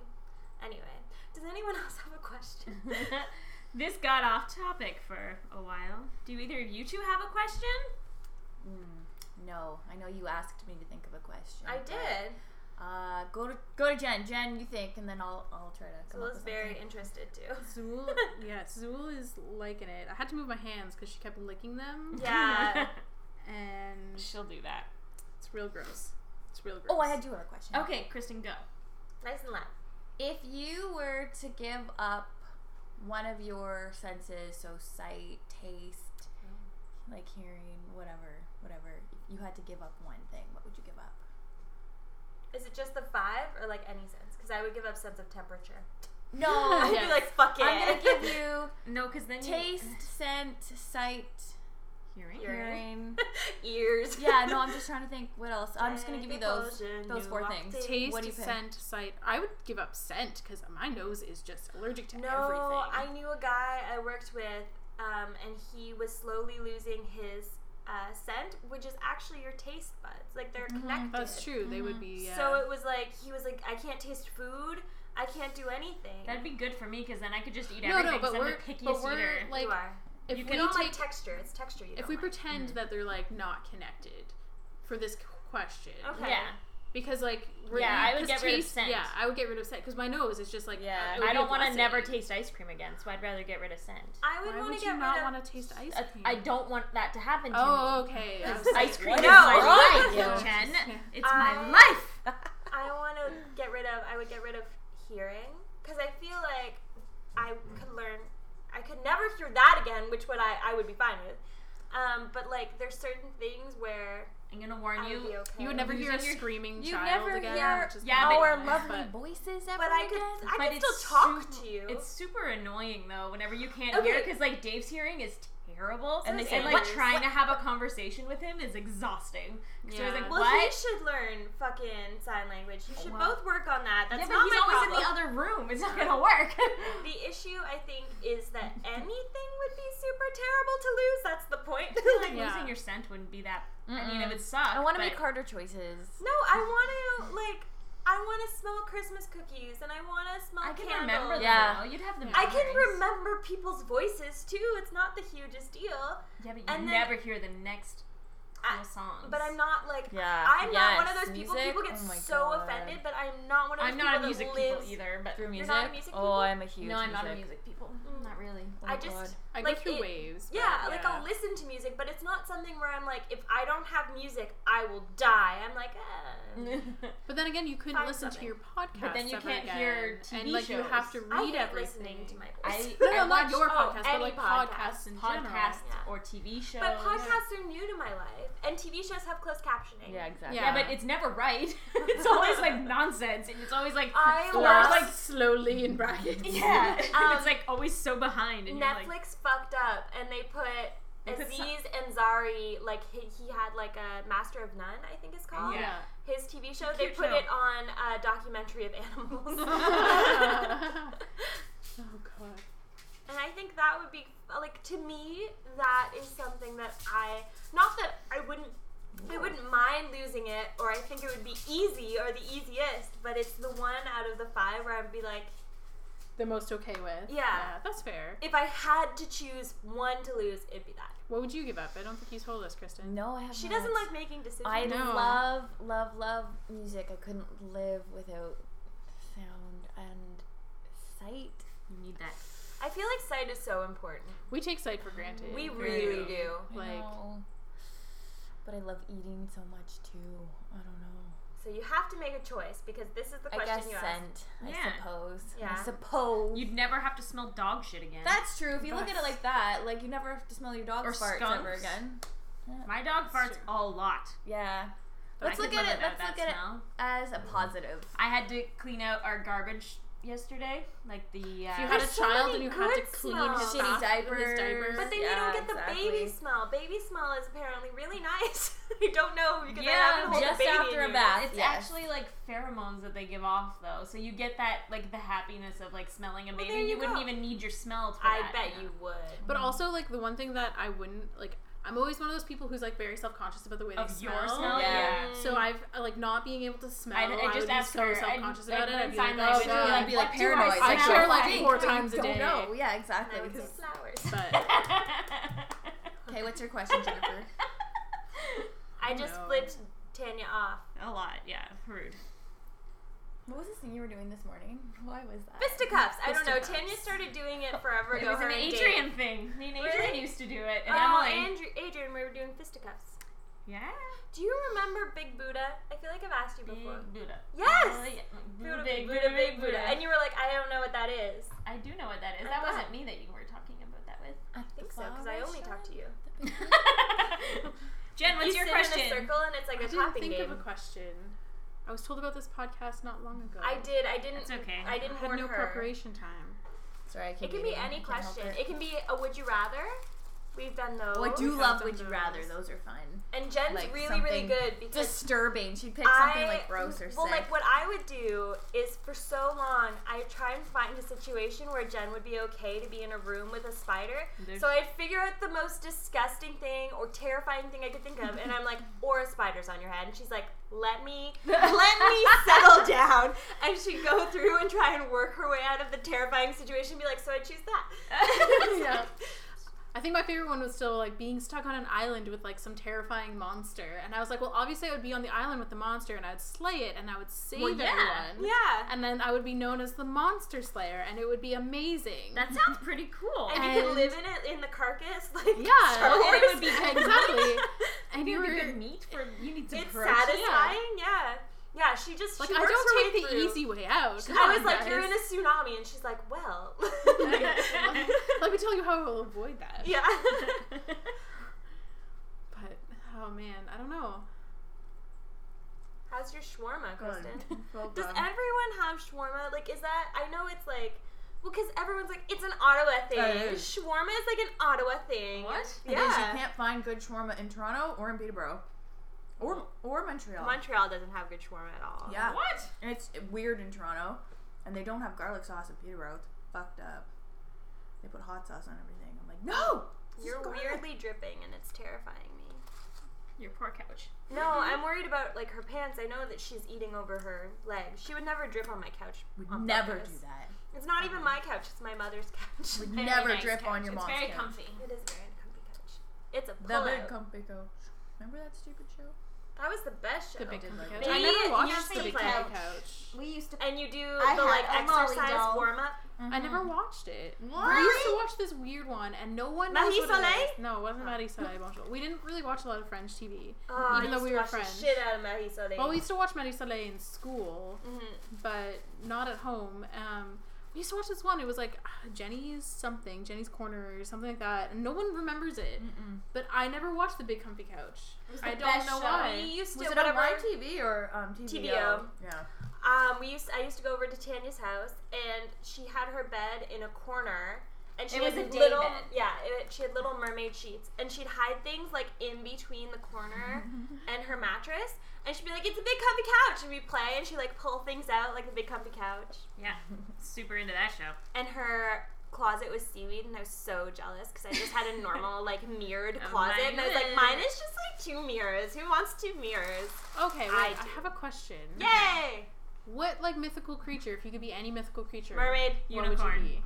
Anyway, does anyone else have a question?
this got off topic for a while. Do either of you two have a question?
Mm, no, I know you asked me to think of a question.
I
but,
did.
Uh, go to go to Jen. Jen, you think, and then I'll I'll try to. Come
Well,
up
it's
with
very
something.
interested too.
Zool, yeah, Zool is liking it. I had to move my hands because she kept licking them, Uh,
Yeah.
and
She'll do that.
it's real gross. It's real gross.
Oh, I had you have a question.
Okay, Kristen, go.
nice and loud.
If you were to give up one of your senses, so sight, taste,
Oh.
like hearing, whatever, whatever, if you had to give up one thing, what would you give up?
Is it just the five or like any sense? Because I would give up sense of temperature. I'd
No,
be
Yes.
like, fuck it.
Oh, I'm gonna give you
No, because then
taste, scent, sight,
you hearing.
Hearing.
hearing.
ears.
Yeah, no, I'm just trying to think what else. I'm just gonna give you those
Explosion,
those
you
four
walked
things.
in.
taste,
What do you pick?
scent, sight. I would give up scent because my nose is just allergic to
No, I
everything.
knew a guy I worked with, um, and he was slowly losing his uh, scent, which is actually your taste buds. Like they're connected.
Mm-hmm. That's true. They would be. Yeah.
Mm-hmm. So it was like he was like, I can't taste food. I can't do anything.
That'd be good for me because then I could just eat
no,
everything.
no,
'cause
but
I'm
we're,
the pickiest
but we're
eater.
like,
you are.
if
You
we
You
can
don't
take,
like texture. It's texture you
if
don't
we
like.
pretend that they're like not connected for this question,
Okay.
Yeah,
because like, we're
Yeah, I would
'cause
get rid of
taste-
scent.
Yeah, I would get rid of scent because my nose is just like, uh, it would
I
be a
don't want to
blessing.
never taste ice cream again, so I'd rather get rid of scent.
I would
Why
want
would
to
you
get
not
rid of.
want to taste ice
Uh,
cream?
I don't want that to happen to
Oh,
me.
okay. I was
Because
like,
ice cream
what
is
is
my
wrong?
life,
Yeah.
Jen.
Yeah.
It's
I-
my life.
I want to get rid of. I would get rid of hearing because I feel like I could learn. I could never hear that again, which would I I would be fine with. Um, but like there's certain things where
I'm gonna warn
I would be
you.
okay.
You would never hear a
Losing your-
screaming
You'd
child
never
again.
hear-
which is
Yeah,
kinda
but-
Our
annoying,
lovely
but-
voices ever
But I
again.
could I
But
could
it's
still talk
super-
to you.
It's super annoying though whenever you can't
Okay.
hear it because like Dave's hearing is terrible,
And they say,
like
"What?"
trying to have a conversation with him is exhausting. So I was
Yeah.
like,
well, he
what?
should learn fucking sign language. You should
Well-
both work on that. That's
yeah, but
not
he's
my
always
problem.
in the other room. It's not gonna work.
The issue, I think, is that anything would be super terrible to lose. That's the point.
like
like,
Yeah.
losing your scent wouldn't be that. I mean,
Mm-mm.
it would suck.
I want to
but
make harder choices.
no, I want to like, I want to smell Christmas cookies and I want to smell
I can
candles.
remember them.
Yeah.
Though. You'd have them.
I can
memories.
remember people's voices too. It's not the hugest deal.
Yeah, but you
and then-
never hear the next
I-
cool songs.
But I'm not like
Yeah.
I'm not one of
Yes,
those people.
music,
People get
oh my
so
God.
offended, but I'm not one of those
I'm
people
not a
that
music
lives.
people either. But
Through
You're
music?
not a music people?
Oh, I'm a huge
no, I'm
music.
not a music people.
Mm.
Not really.
Oh
I
my
just-
God.
I
Like,
go through
it-
waves. but
Yeah, like
yeah.
I'll listen to music, but it's not something where I'm like, if I don't have music, I will die. I'm like, eh.
But then again, you couldn't
Find
listen to
something.
your podcast.
But then you
ever
can't
again.
hear TV
and like you have to
shows.
read
I hate
everything.
listening to my voice.
I,
no,
I
no, not
watch
your
oh,
podcast, but
any
like
podcasts.
podcasts in
podcasts
Yeah.
or TV shows.
but podcasts are new to my life, and TV shows have closed captioning.
Yeah, exactly.
yeah, but it's never right. it's always like nonsense, and it's always like
I
or
general.
love-
like
slowly in brackets.
yeah,
Um,
it's like always so behind. And
Netflix
you're like,
fucked up, and they put
They put some-
Aziz Ansari, like he, he had like a Master of None, I think it's called.
Yeah.
His TV show,
Cute
they put
show.
it on a documentary of animals.
oh god.
And I think that would be like to me that is something that I not that I wouldn't I wouldn't mind losing it or I think it would be easy or the easiest, but it's the one out of the five where I'd be like
The most okay with.
Yeah.
that's fair.
if I had to choose one to lose, it'd be that.
What would you give up? I don't think you told us, Kristen.
No, I have.
She
not.
doesn't like making decisions.
I
No.
love, love, love music. I couldn't live without sound and sight.
you need that.
I feel like sight is so important.
We take sight for granted.
We
Very
really do.
I
Like-
know. But I love eating so much too. I don't know.
So you have to make a choice because this is the
I
question
guess
you asked.
scent. I
Yeah.
suppose. I
Yeah.
suppose.
You'd never have to smell dog shit again.
That's true. If you look at it
That's-
like that, like you never have to smell your dog's
Or
farts ever
skunks.
again.
My dog
That's
farts
true.
a lot.
Yeah.
But
Let's
I could
look at
live
it-
without
let's
that
look at it.
smell.
as a positive.
I had to clean out our garbage yesterday, like the. Uh,
If you had a
There's so
child
many
and you had to
good
clean
smells.
his
Shitty
stuff, his
diapers.
diapers.
But then you
Yeah,
don't get the
exactly.
baby smell. Baby smell is apparently really nice. you don't know because I
Yeah,
haven't hold
just
a baby
after
in
a
you.
bath.
it's
Yes.
actually like pheromones that they give off, though, so you get that like the happiness of like smelling a
Well,
baby.
there you
wouldn't
go.
even need your smell. For
I
that,
bet
know.
you would.
But also, like the one thing that I wouldn't like, I'm always one of those people who's like very self conscious about the way
of
they
your smell.
Yeah.
Mm.
So I've uh, like not being able to smell.
I,
I,
I
would
just
be
asked
so
her.
self conscious
I,
about it.
I
I'd be
sign
like,
language.
oh
and
god.
I'd be like
what do
paranoid.
I
I
smell?
share like
Like-
four times a
Don't
day.
know.
And
Yeah,
I
exactly.
would say flowers.
But
okay, what's your question, Jennifer?
I just
No.
flipped Tanya off.
A lot, yeah. Rude.
What was this thing you were doing this morning? Why was that?
Fisticuffs. I don't know.
Fisticuffs.
Tanya started doing it forever
It
ago.
was
her
an
and Dave.
Adrian thing. Me and Adrian
Really?
used to do it. And
Oh,
Emily.
Andrew, Adrian, we were doing fisticuffs.
yeah.
Do you remember Big Buddha? I feel like I've asked you
Big
before.
Mm,
Buddha.
Yes!
Emily,
Buddha, big Buddha, big Buddha. And you were like, I don't know what that is.
I do know what that is.
I
That
thought-
wasn't me that you were talking about that with.
I
I think so, because I only talk to you.
Jen, what's
you
your
sit
question?
in a circle and it's like
I
a
didn't
popping
think
game.
of a question. I was told about this podcast not long ago.
I did. I didn't.
It's okay.
I didn't
I had
warn
no
her.
preparation time.
Sorry, I
It can be any question. It can be a would you rather. We've done those.
Oh, I do
We've
love
done
Would You
those.
Rather. Those are fun.
And Jen's
like
really, really
something
good because
Disturbing. She'd pick something
I-
like gross or
Well,
sick.
like what I would do is for so long, I try and find a situation where Jen would be okay to be in a room with a spider.
There's-
So I'd figure out the most disgusting thing or terrifying thing I could think of, and I'm like, or a spider's on your head, and she's like, let me, let me settle down, and she'd go through and try and work her way out of the terrifying situation, and be like, so I choose that.
Yeah. I think my favorite one was still like being stuck on an island with like some terrifying monster, and I was like, well, obviously I would be on the island with the monster, and I'd slay it, and I would save
Well, yeah.
everyone,
yeah.
and then I would be known as the Monster Slayer, and it would be amazing.
That sounds pretty cool.
And you could
And-
live in it in the carcass, like
Yeah,
Star
and
Wars.
it would be- exactly. and
you
you were
need good meat for you need some
it's
protein.
satisfying. Yeah. yeah, She just
like,
she
I
works
don't
her
take
way
the
through.
easy way out. Come
I
on,
was like, you're
guys.
in a tsunami, and she's like, well.
Let me tell you how I will avoid that.
yeah.
But oh man, I don't know.
How's your shawarma, Kristen?
Well
Does
done.
everyone have shawarma? Like, is that? I know it's like, well, because everyone's like, it's an Ottawa thing.
Uh,
shawarma is like an Ottawa thing.
What?
And then
Yeah.
she can't find good shawarma in Toronto or in Peterborough or or Montreal.
Montreal doesn't have good shawarma at all.
yeah,
What?
and it's weird in Toronto, and they don't have garlic sauce in Peterborough. It's fucked up. They put hot sauce on everything. I'm like, no. this is
You're
garlic."
weirdly dripping, and it's terrifying me.
Your poor couch.
No, I'm worried about like her pants. I know that she's eating over her leg. She would never drip on my couch.
Would
on
never
purpose.
do that.
It's not even my couch. It's my mother's couch.
Would
Very
never
nice
drip
couch.
on your mom's
It's very
couch.
comfy.
It is a very uncomfy couch. It's a
The
pillow.
Big Comfy Coach. Remember that stupid show?
That was the best show.
The big
did
comfy
like
couch.
that.
I
Me
never
used
watched
to
the big
play-
comfy couch.
We used to.
and you do
I
the like
had a lolly
exercise
doll.
warm up.
I never watched it. We used to
Really?
watch this weird one, and no one.
Marie
knows what it
Soleil?
is. No, it wasn't Marie Soleil. Bonjour. We didn't really watch a lot of French TV.
Oh,
Even
I
though
used
we
to
were
watch the
friends.
Shit out of Marie Soleil.
Well, we used to watch Marie Soleil in school,
Mhm.
but not at home. Um, we used to watch this one. It was like ah, Jenny's something, Jenny's Corner, or something like that, and no one remembers it. But I never watched the Big Comfy Couch.
was the
I don't
best
know
show.
We
why.
used to
Was it on
whatever.
live TV or um, TBO?
TBO.
Yeah.
Um, we used I used to go over to Tanya's house, and she had her bed in a corner, and she
It
had
was a day
little
bed.
yeah, it, she had little mermaid sheets, and she'd hide things like in between the corner and her mattress, and she'd be like, "It's a big comfy couch," and we play, and she like pull things out like the big comfy couch,
Yeah. Super into that show.
and her. Closet was seaweed, and I was so jealous because I just had a normal, like, mirrored
Oh,
closet,
mine
and I was like,
is-
mine is just like two mirrors. Who wants two mirrors?
Okay, wait,
I
I,
do.
have a question.
Yay!
What like mythical creature? If you could be any mythical creature,
Mermaid.
what
Unicorn.
Would you be?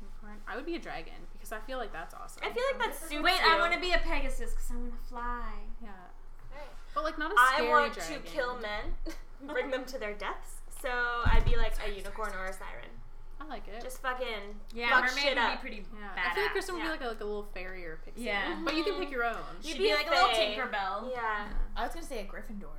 Unicorn. I would be a dragon because I feel like that's awesome.
I feel like that's super.
Wait, I want to be a Pegasus because I want to fly.
yeah, but like not a
I
scary
want
dragon.
to kill men, bring them to their deaths. So I'd be like a unicorn or a siren.
I like it.
Just fucking
Yeah,
fuck
mermaid
shit
would
up.
be pretty
yeah,
badass.
I feel like Kristen would
yeah.
be like a, like a little fairy or a pixie.
Yeah.
but you can pick your own.
You'd
She'd
be
be,
a
like a little
fae.
Tinkerbell.
yeah,
I was gonna say a Gryffindor.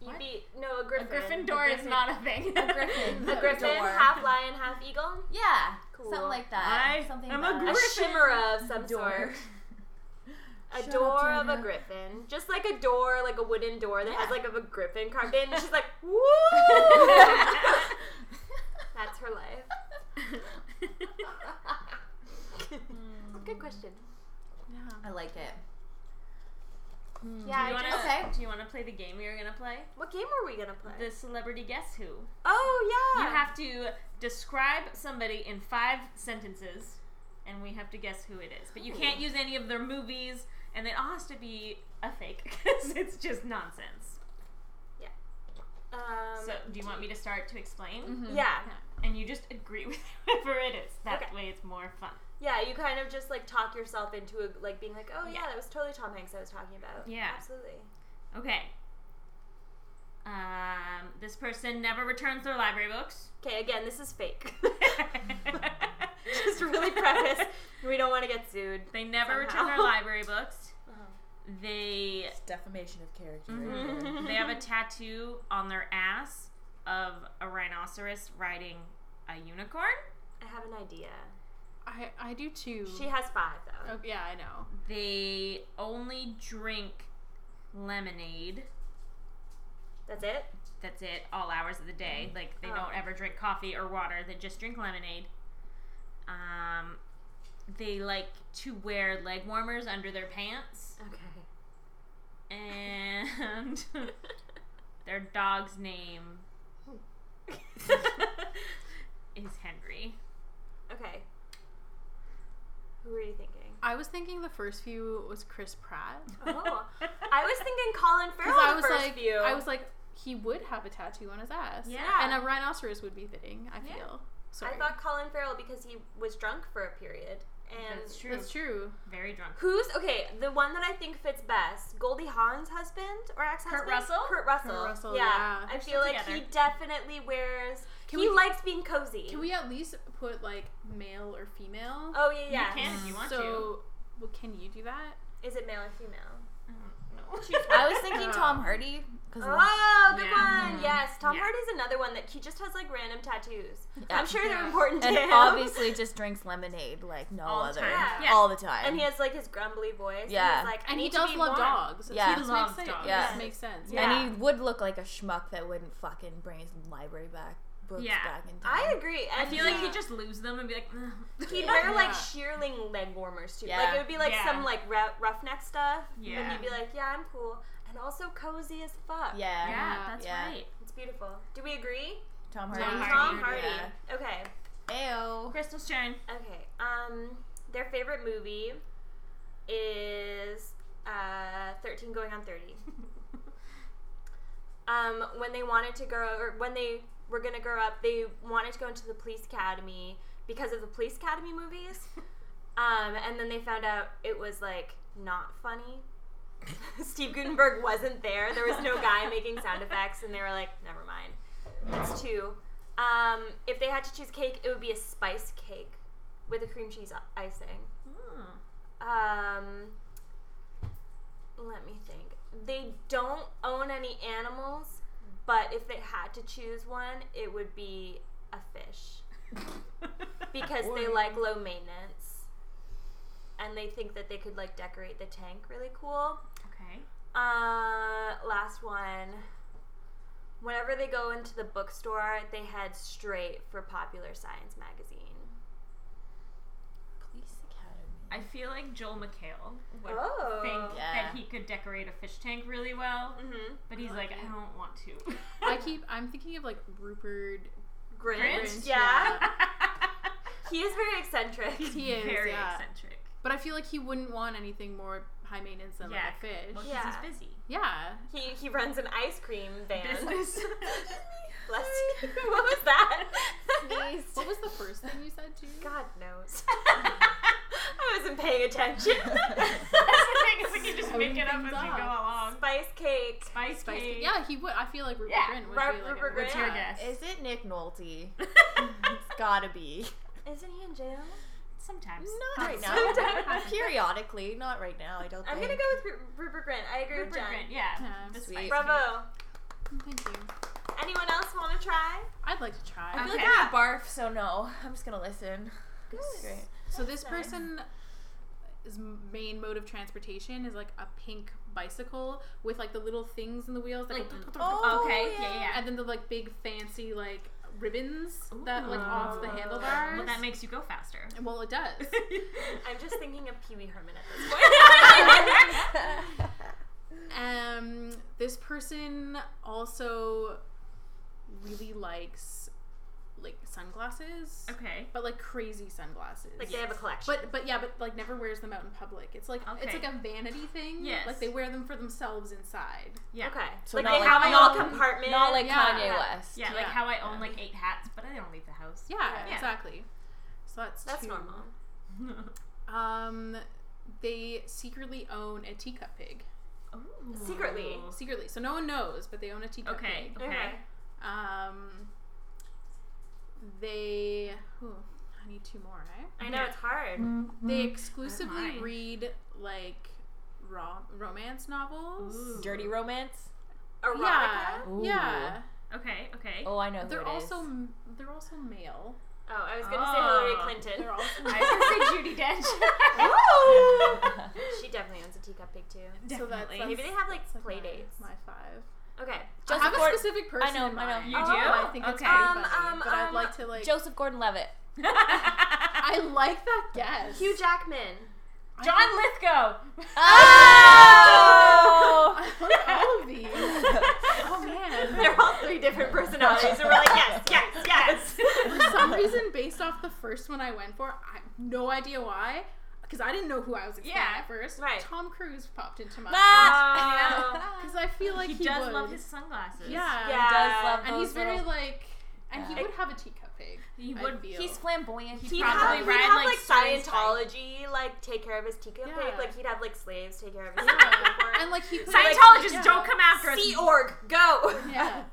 you'd
What?
be no a
A
griffin.
Gryffindor is
griffin.
not a thing.
A griffin.
A griffin,
Door.
half lion, half eagle.
Yeah,
Cool.
something like that.
I
something
am a
about
A
Griffin.
shimmer of some
door.
sort. a
Shut up,
door of a
Jenna.
griffin, just like a door, like a wooden door that has
Yeah.
like of a griffin carved in. And she's like, woo! That's her life. Good
Hmm.
question.
Yeah.
I like it.
Yeah, I
you wanna,
just-
Okay.
Do you want to play the game we were gonna play?
what game were we gonna play?
The celebrity guess who.
oh yeah.
You have to describe somebody in five sentences, and we have to guess who it is. But you can't use any of their movies, and it all has to be a fake because it's just nonsense.
Um, Mm-hmm.
so, do you want me to start to explain?
Hmm.
Yeah,
And you just agree with whoever it is. That
Okay.
way, it's more fun.
yeah. You kind of just like talk yourself into a, like being like, oh yeah,
Yeah.
that was totally Tom Hanks I was talking about.
Yeah.
absolutely.
Okay. Um, this person never returns their library books.
Okay, again, this is fake. just really preface. We don't want to get sued.
They never return their
Somehow. Uh-huh.
library books. They
It's defamation of character.
Mhm.
Mhm.
they have a tattoo on their ass of a rhinoceros riding a unicorn.
I have an idea.
I I do too.
She has five though.
oh, yeah, I know.
They only drink lemonade.
That's it.
That's it, all hours of the day. Like they
Oh.
don't ever drink coffee or water. They just drink lemonade. Um, they like to wear leg warmers under their pants,
Okay.
and their dog's name is Henry.
okay. Who are you thinking?
I was thinking the first few was Chris Pratt.
Oh, I was thinking Colin Farrell.
Because I was
first
like,
few.
I was like, he would have a tattoo on his ass.
Yeah.
And a rhinoceros would be fitting. I
Yeah.
feel. Sorry.
I thought Colin Farrell because he was drunk for a period. And
That's true.
That's true.
Very drunk.
Who's okay? The one that I think fits best, Goldie Hawn's husband or ex-husband,
Russell?
Kurt Russell.
Kurt Russell, yeah.
I feel
They're still
like he
together.
definitely wears.
Can
he
we-
likes being cozy.
Can we at least put like male or female?
Oh yeah, yeah.
You can if you want
so,
to.
well, can you do that?
Is it male or female?
I was thinking Tom Hardy. 'cause
Oh, good
Yeah.
one. Yes, Tom
Yeah.
Hardy's another one that he just has like random tattoos.
Yeah.
I'm sure they're
Yeah.
important to
and
him.
obviously just drinks lemonade like no
All the
other.
time.
Yeah.
All the time.
and he has like his grumbly voice.
Yeah.
and he's like, I
And he
need to
does
be
love
warm.
dogs.
Yeah.
He
He
loves
loves dogs.
Yeah.
This makes sense.
Yeah.
And he would look like a schmuck that wouldn't fucking bring his library back books
Yeah.
back in time.
I agree.
I
And
feel like
he-
he'd just lose them and be like, "Ugh."
He'd wear like
Yeah.
shearling leg warmers too. Like
Yeah.
it would be like
Yeah.
some like rou- roughneck stuff. And
Yeah.
he'd be like, yeah, I'm cool. And also cozy as fuck.
yeah.
yeah, that's
Yeah.
right.
It's beautiful. Do we agree?
Tom Hardy.
Tom Hardy.
Tom Hardy.
Yeah.
Okay.
Ayo.
Crystal Stone.
Okay. Um, their favorite movie is uh, 13 Going on 30. um, when they wanted to grow, or when they were going to grow up, they wanted to go into the police academy because of the police academy movies. Um, and then they found out it was like not funny. Steve Gutenberg wasn't there. There was no guy making sound effects, and they were like, never mind. It's two. Um, if they had to choose cake, it would be a spice cake with a cream cheese i- icing.
Hmm.
Um, let me think. They don't own any animals, but if they had to choose one, it would be a fish because they like low maintenance and they think that they could like decorate the tank really cool.
okay.
Uh, last one. Whenever they go into the bookstore, they head straight for Popular Science magazine.
Police Academy.
I feel like Joel McHale would
Oh.
think
Yeah.
that he could decorate a fish tank really well,
Mm-hmm.
but he's like, I don't want to.
I keep. I'm thinking of like Rupert.
Grinch.
Grinch,
Yeah. He is very eccentric.
He is.
Very
yeah.
eccentric.
But I feel like he wouldn't want anything more high maintenance than
Yeah.
like a fish.
Well, 'cause
Yeah.
he's busy.
Yeah.
He he runs an ice cream van.
Business.
Bless you. What was that?
Sneezed.
What was the first thing you said too?
God knows. I wasn't paying attention.
That's the thing, is like you just make it up as
Everything's
you go
up.
along.
Spice cake.
Spice,
Spicy.
cake.
Yeah, he would. I feel like Rupert
Yeah,
Grint would
Ru-
be like.
Rupert
a-
What's your
yeah.
guess?
Is it Nick Nolte? it's gotta be.
Isn't he in jail?
Sometimes.
Not right now.
Sometimes.
Periodically, not right now. I don't.
I'm
think.
gonna go with Ru- Rupert Grint. I agree
Rupert
with Jen.
Grint, yeah.
Yeah.
The
Sweet.
spice cake.
Bravo.
Thank you.
Anyone else want to try?
I'd like to try.
I feel
Okay.
like I'm gonna barf, so no. I'm just gonna listen. This is great.
So this
Sorry.
person his main mode of transportation is like a pink bicycle with like the little things in the wheels that
Like-
go,
Oh,
okay,
yeah.
yeah, yeah.
and then the like big fancy like ribbons that like off the
Ooh.
handlebars.
Well, that makes you go faster.
well, it does.
I'm just thinking of Pee Wee Herman at this point.
Um, this person also really likes like sunglasses,
okay.
but like crazy sunglasses.
like they have a collection.
but but yeah, but like never wears them out in public. It's like it's
Okay.
like a vanity thing.
Yes.
Like they wear them for themselves inside.
Yeah.
okay,
So
like
not
they
like-
have a
not-
little compartment.
Not like
Yeah.
Kanye
Yeah.
West.
Yeah, like
Yeah.
how I own like eight hats, but I don't leave the house.
Yeah,
Yeah.
exactly. So that's
that's
two.
normal.
Um, they secretly own a teacup pig.
Ooh.
Secretly.
Secretly, so no one knows, but they own a teacup pig.
Okay. Okay.
Um, they. Ooh, I need two more, right?
I know
Yeah.
it's hard.
They
Mm,
exclusively
my.
read like rom- romance novels.
Ooh.
Dirty romance.
Erotica.
Yeah,
Ooh.
yeah.
Okay. Okay.
Oh, I know.
They're
who it is.
also m they're also male.
Oh, I was gonna
Oh.
say Hillary
They're
Clinton.
also
I was gonna say Judi Dench.
she definitely owns a teacup pig too.
So that's-
Definitely.
that's-
Maybe they have like
that's like
play
my-
dates.
My five.
Okay.
Joseph
I have
Gordon-
a specific person.
know,
in
I know.
mind
You
that
do?
I think it's
Okay.
pretty
Um,
funny,
um,
but I'd
um,
like to like.
Joseph Gordon-Levitt.
I like that guess.
Hugh Jackman.
I
John
like-
Lithgow.
Oh!
I like all of these. oh man.
They're all three different personalities, and we're like, yes, yes, yes.
For some reason, based off the first one I went for, I have no idea why, because I didn't know who I was expecting
Yeah,
at first.
right.
Tom Cruise popped into my
Ah.
because I feel like
he,
he,
does
would.
love his sunglasses.
yeah.
Yeah.
does love
and he's
those
very
little-
like, and he
Yeah.
would have a teacup pig.
He
I
would be.
feel.
He's flamboyant.
He's
He'd
probably
have,
ride,
he'd have
like,
like,
Sirius
Scientology, like take care of his teacup
Yeah.
pig. Like he'd have like slaves take care of his teacup
yeah.
pig for him.
and like he could, like,
Scientologists
yeah. oh.
don't come after us.
Sea org, go.
Yeah,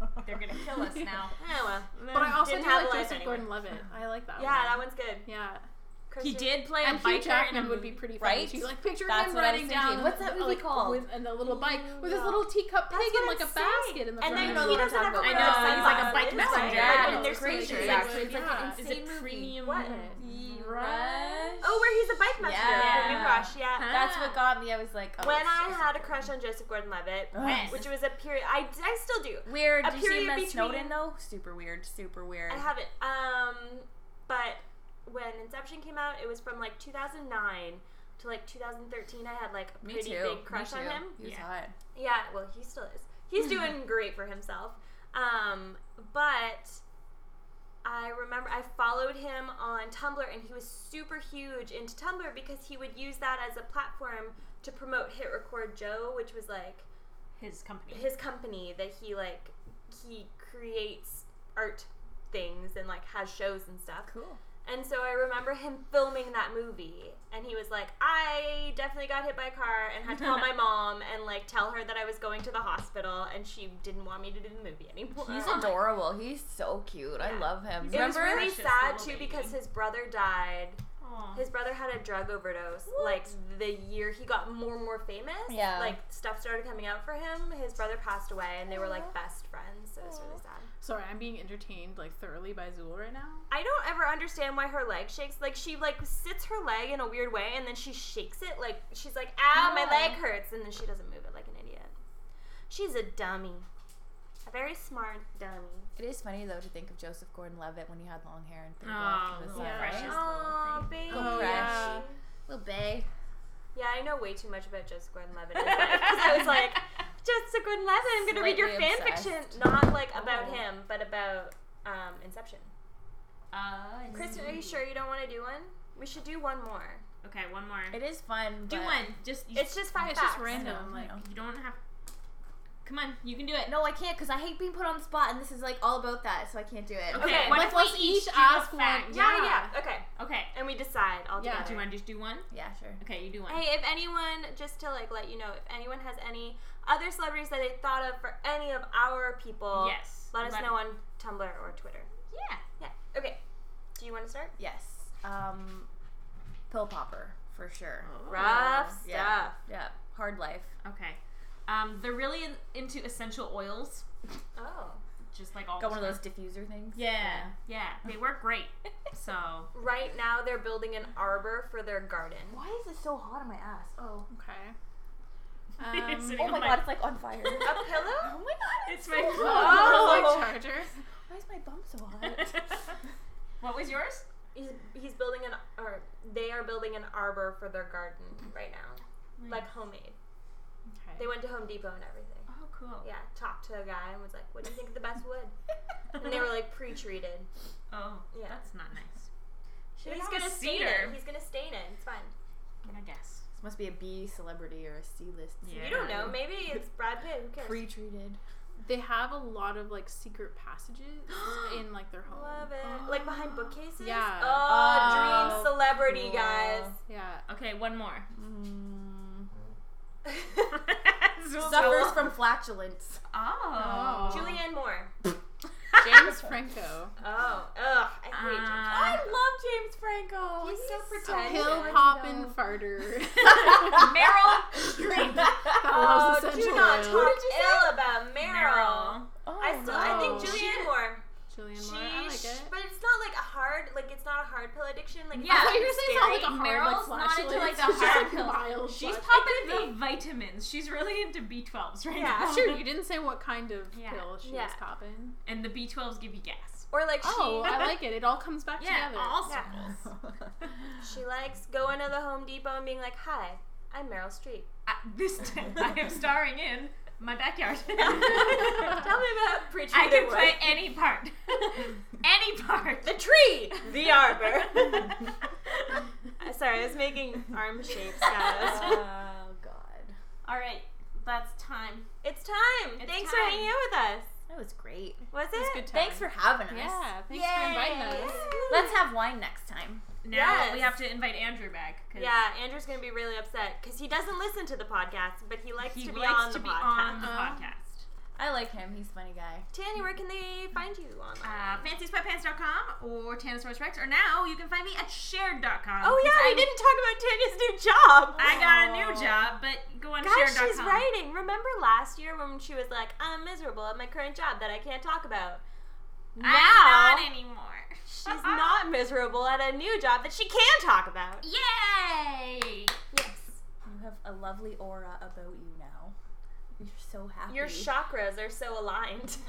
They're gonna kill us now.
Oh, well.
but I also do
Didn't have
like
a life
Joseph
anyway.
Gordon-Levitt. I like that.
Yeah,
one.
that one's good.
Yeah,
he
Christian-
did play
and
a
Hugh
biker
Jackman
in a
would be
movie.
pretty funny
Right?
too. Like picture
That's
him
what I was
riding
thinking.
down.
What's that movie
like,
called?
With, and the little bike with his
Yeah.
little teacup pig
That's
and
what
like
I'm
a
saying.
basket in the
And
front.
then
I know
he
what
doesn't
I'm
have a
talking
pair
about.
of
I know, he's like a bike
sunglasses.
messenger.
Yeah,
Yeah,
and there's
it's crazy.
pictures.
Exactly. It's like
Yeah.
an
Is
Is
insane
it
movie.
premium?
What?
Ye-
Rush?
Rush?
Oh, where he's a bike messenger.
Yeah.
Yeah. Crush, yeah.
That's what got me. I was like, oh,
When
it's
I
Joseph
had a
Gordon.
crush on Joseph Gordon-Levitt,
Oh,
When?
which was a period, I, I still do.
Weird.
a
Did you see
period
him as
between-
Snowden though? Super weird. Super weird.
I haven't. Um, but when Inception came out, it was from like 2009 to like 2013. I had like a
Me
pretty
too.
big crush
Me
on
too.
him.
He was
Yeah.
hot.
Yeah, well, he still is. He's doing great for himself. Um, but I remember I followed him on Tumblr, and he was super huge into Tumblr because he would use that as a platform to promote Hit Record Joe, which was like
His company.
his company that he like he creates art things and like has shows and stuff.
Cool.
And so I remember him filming that movie, and he was like, "I definitely got hit by a car, and had to call my mom and like tell her that I was going to the hospital, and she didn't want me to do the movie anymore."
He's adorable. He's so cute. I
Yeah.
love him.
It was
Remember?
really
Precious
sad
little
too
baby.
because his brother died.
Aw.
His brother had a drug overdose. Like the year he got more and more famous,
Yeah.
like stuff started coming out for him. His brother passed away, and they were like best friends. So it was really sad.
Sorry, I'm being entertained like thoroughly by Zool right now.
I don't ever understand why her leg shakes. Like she like sits her leg in a weird way and then she shakes it. Like she's like, "Ow, my
Yeah.
leg hurts," and then she doesn't move it like an idiot. She's a dummy, a very smart dummy.
It is funny though to think of Joseph Gordon-Levitt when he had long hair and threw it
Oh,
off to the
little
side.
precious
Right?
Oh, baby.
Oh,
yeah.
Little bae.
Yeah, I know way too much about Joseph Gordon-Levitt because I was like, Joseph Gordon-Levitt, I'm gonna read your
Slightly
fan
obsessed.
fiction, not like about
Oh.
him, but about um, Inception.
Uh,
Chris, are you sure you don't want to do one? We should do one more.
Okay, one more.
It is fun.
Do
but-
one. Just you,
It's just five
It's
facts.
just random.
I
Like
know.
you don't have. Come on, you can do it.
No, I can't because I hate being put on the spot, and this is like all about that, so I can't do it.
Okay.
okay,
what
like,
if
let's
we each,
each
do a
ask one.
fact?
Yeah,
Yeah.
yeah, okay.
Okay.
And we decide all
Yeah.
together.
Do you want to just do one?
Yeah, sure.
Okay, you do one.
Hey, if anyone, just to like let you know, if anyone has any other celebrities that they thought of for any of our people,
yes.
let us know on Tumblr or Twitter.
Yeah.
Yeah. Okay. Do you want to start?
Yes. Um, pill popper for sure.
Oh.
Rough stuff.
yeah. Yeah. Hard life.
Okay. Um, they're really in, into essential oils.
Oh.
just like all
Got
the
one of
time.
those diffuser things.
Yeah, yeah, they work great. So
Right now, they're building an arbor for their garden.
Why is it so hot on my ass? Oh.
Okay.
It's
Um,
an-
Oh
Oh
my
my-
god, it's like on
A
fire.
pillow?
Oh my god,
It's
it's,
my
so
pillow.
hot.
oh, like charger.
Why is my bum so hot?
what was yours?
He's, he's building an or they are building an arbor for their garden right now, like homemade. They
Okay.
went to Home Depot and everything.
Oh, cool.
Yeah, talked to a guy and was like, "What do you think of the best wood?" And they were like pre-treated.
oh,
Yeah.
that's not nice. Should
He's
have
gonna
a
stain
cedar.
it. He's gonna stain it. It's fine.
I guess.
This must be a B celebrity or a C list.
Yeah.
You don't know. Maybe it's Brad Pitt. Who cares?
Pre-treated.
They have a lot of like secret passages in like their home.
Love it. Like behind bookcases.
Yeah.
Oh,
Oh,
dream celebrity
cool.
guys.
Yeah.
Okay, one more.
Mm.
So-
Suffers from flatulence.
Oh.
Oh.
Julianne Moore.
James Franco.
Oh, ugh, I hate James.
I
Uh,
love James Franco.
He's so
A
pretentious.
pill
I
poppin' farter.
Meryl Streep.
That
Oh,
was
do
essential
not
oil.
talk
Who did you say?
ill about Meryl.
Meryl.
Oh,
I still, I think
no.
Julianne Moore.
Julian
She,
Moore. I like
sh-
it.
but it's not like a hard, like it's not a hard pill addiction. Like
Yeah,
I thought you were
it's
saying it sounded
scary.
like a hard like
Meryl's not into, like,
flatulence.
the
It's just,
hard
like,
pill.
mild
She's
flat-
popping
could
the vitamins. She's really into B12s right
Yeah.
now.
Sure, you didn't say what kind of
Yeah.
pill she
Yeah.
was popping.
And the B12s give you gas.
Or like
Oh,
she,
I like it. It all comes back
Yeah,
together.
all
Yeah.
circles.
she likes going to the Home Depot and being like, "Hi, I'm Meryl Streep.
I, this time I am starring in my backyard.
Tell me about Preacher."
I can play any part. any part.
the tree, the arbor. Uh, Sorry, I was making arm shapes, guys.
oh god,
All right, that's time.
it's time.
It's
Thanks for
time.
hanging out with us.
that was great.
Was it?
It was good time.
Thanks for having us.
Yeah, thanks for inviting us.
Let's have wine next time.
Now
Yes.
we have to invite Andrew back. 'cause
Yeah, Andrew's gonna be really upset because he doesn't listen to the podcast, but he likes
he
to be
likes
on
to
the
be
podcast. Uh-huh.
on the
Um,
podcast.
I like him. He's a funny guy.
Tanny, where can they find you online?
uh, fancysweatpants.com or Tanosaurus Rex, or now you can find me at shared.com.
oh yeah, we
I,
didn't talk about Tanya's new job.
I got a new job, but go on
Guys,
shared.com.
she's writing. Remember last year when she was like, "I'm miserable at my current job that I can't talk about."
I'm
Now
not anymore.
she's not miserable at a new job that she can talk about.
Yay!
Yes,
You have a lovely aura about you now. You're so happy.
your chakras are so aligned,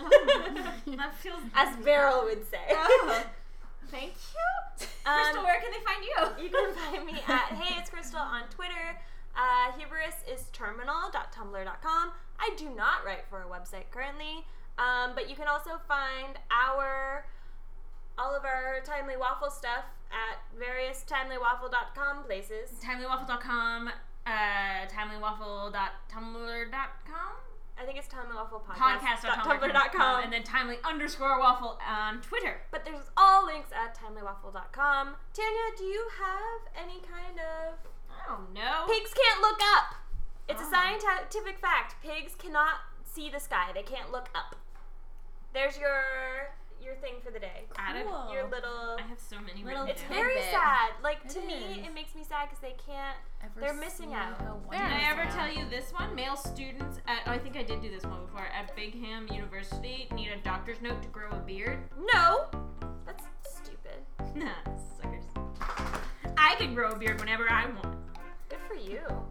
That feels.
as Beryl would say.
Oh. Thank you.
Um,
Crystal, where can they find you?
You can find me at Hey It's Crystal on Twitter. Uh, hubris is terminal.tumblr.com. I do not write for a website currently, um, but you can also find our all of our timely waffle stuff at various timelywaffle.com places.
TimelyWaffle.com, uh, timelywaffle.tumblr.com,
I think it's timelywafflepodcast.tumblr.com.
podcast.tumblr.com, and then timely underscore waffle on Twitter.
but there's all links at timelywaffle.com. Tanya, do you have any kind of
I don't know.
Pigs can't look up. It's a
Oh.
scientific fact. Pigs cannot see the sky. They can't look up. There's your your thing for the day.
I don't-
Cool.
Your little.
I have so many
Little
written
It's
down.
tidbit.
very sad. Like to
It
me,
is.
it makes me sad because they can't.
Ever
They're missing
see
out.
how
There.
Did I ever
wonderful-
tell you this one? Male students at, oh, I think I did do this one before, at Bingham University need a doctor's note to grow a beard.
No, that's stupid.
Nah, suckers. I can grow a beard whenever I want.
Good for you.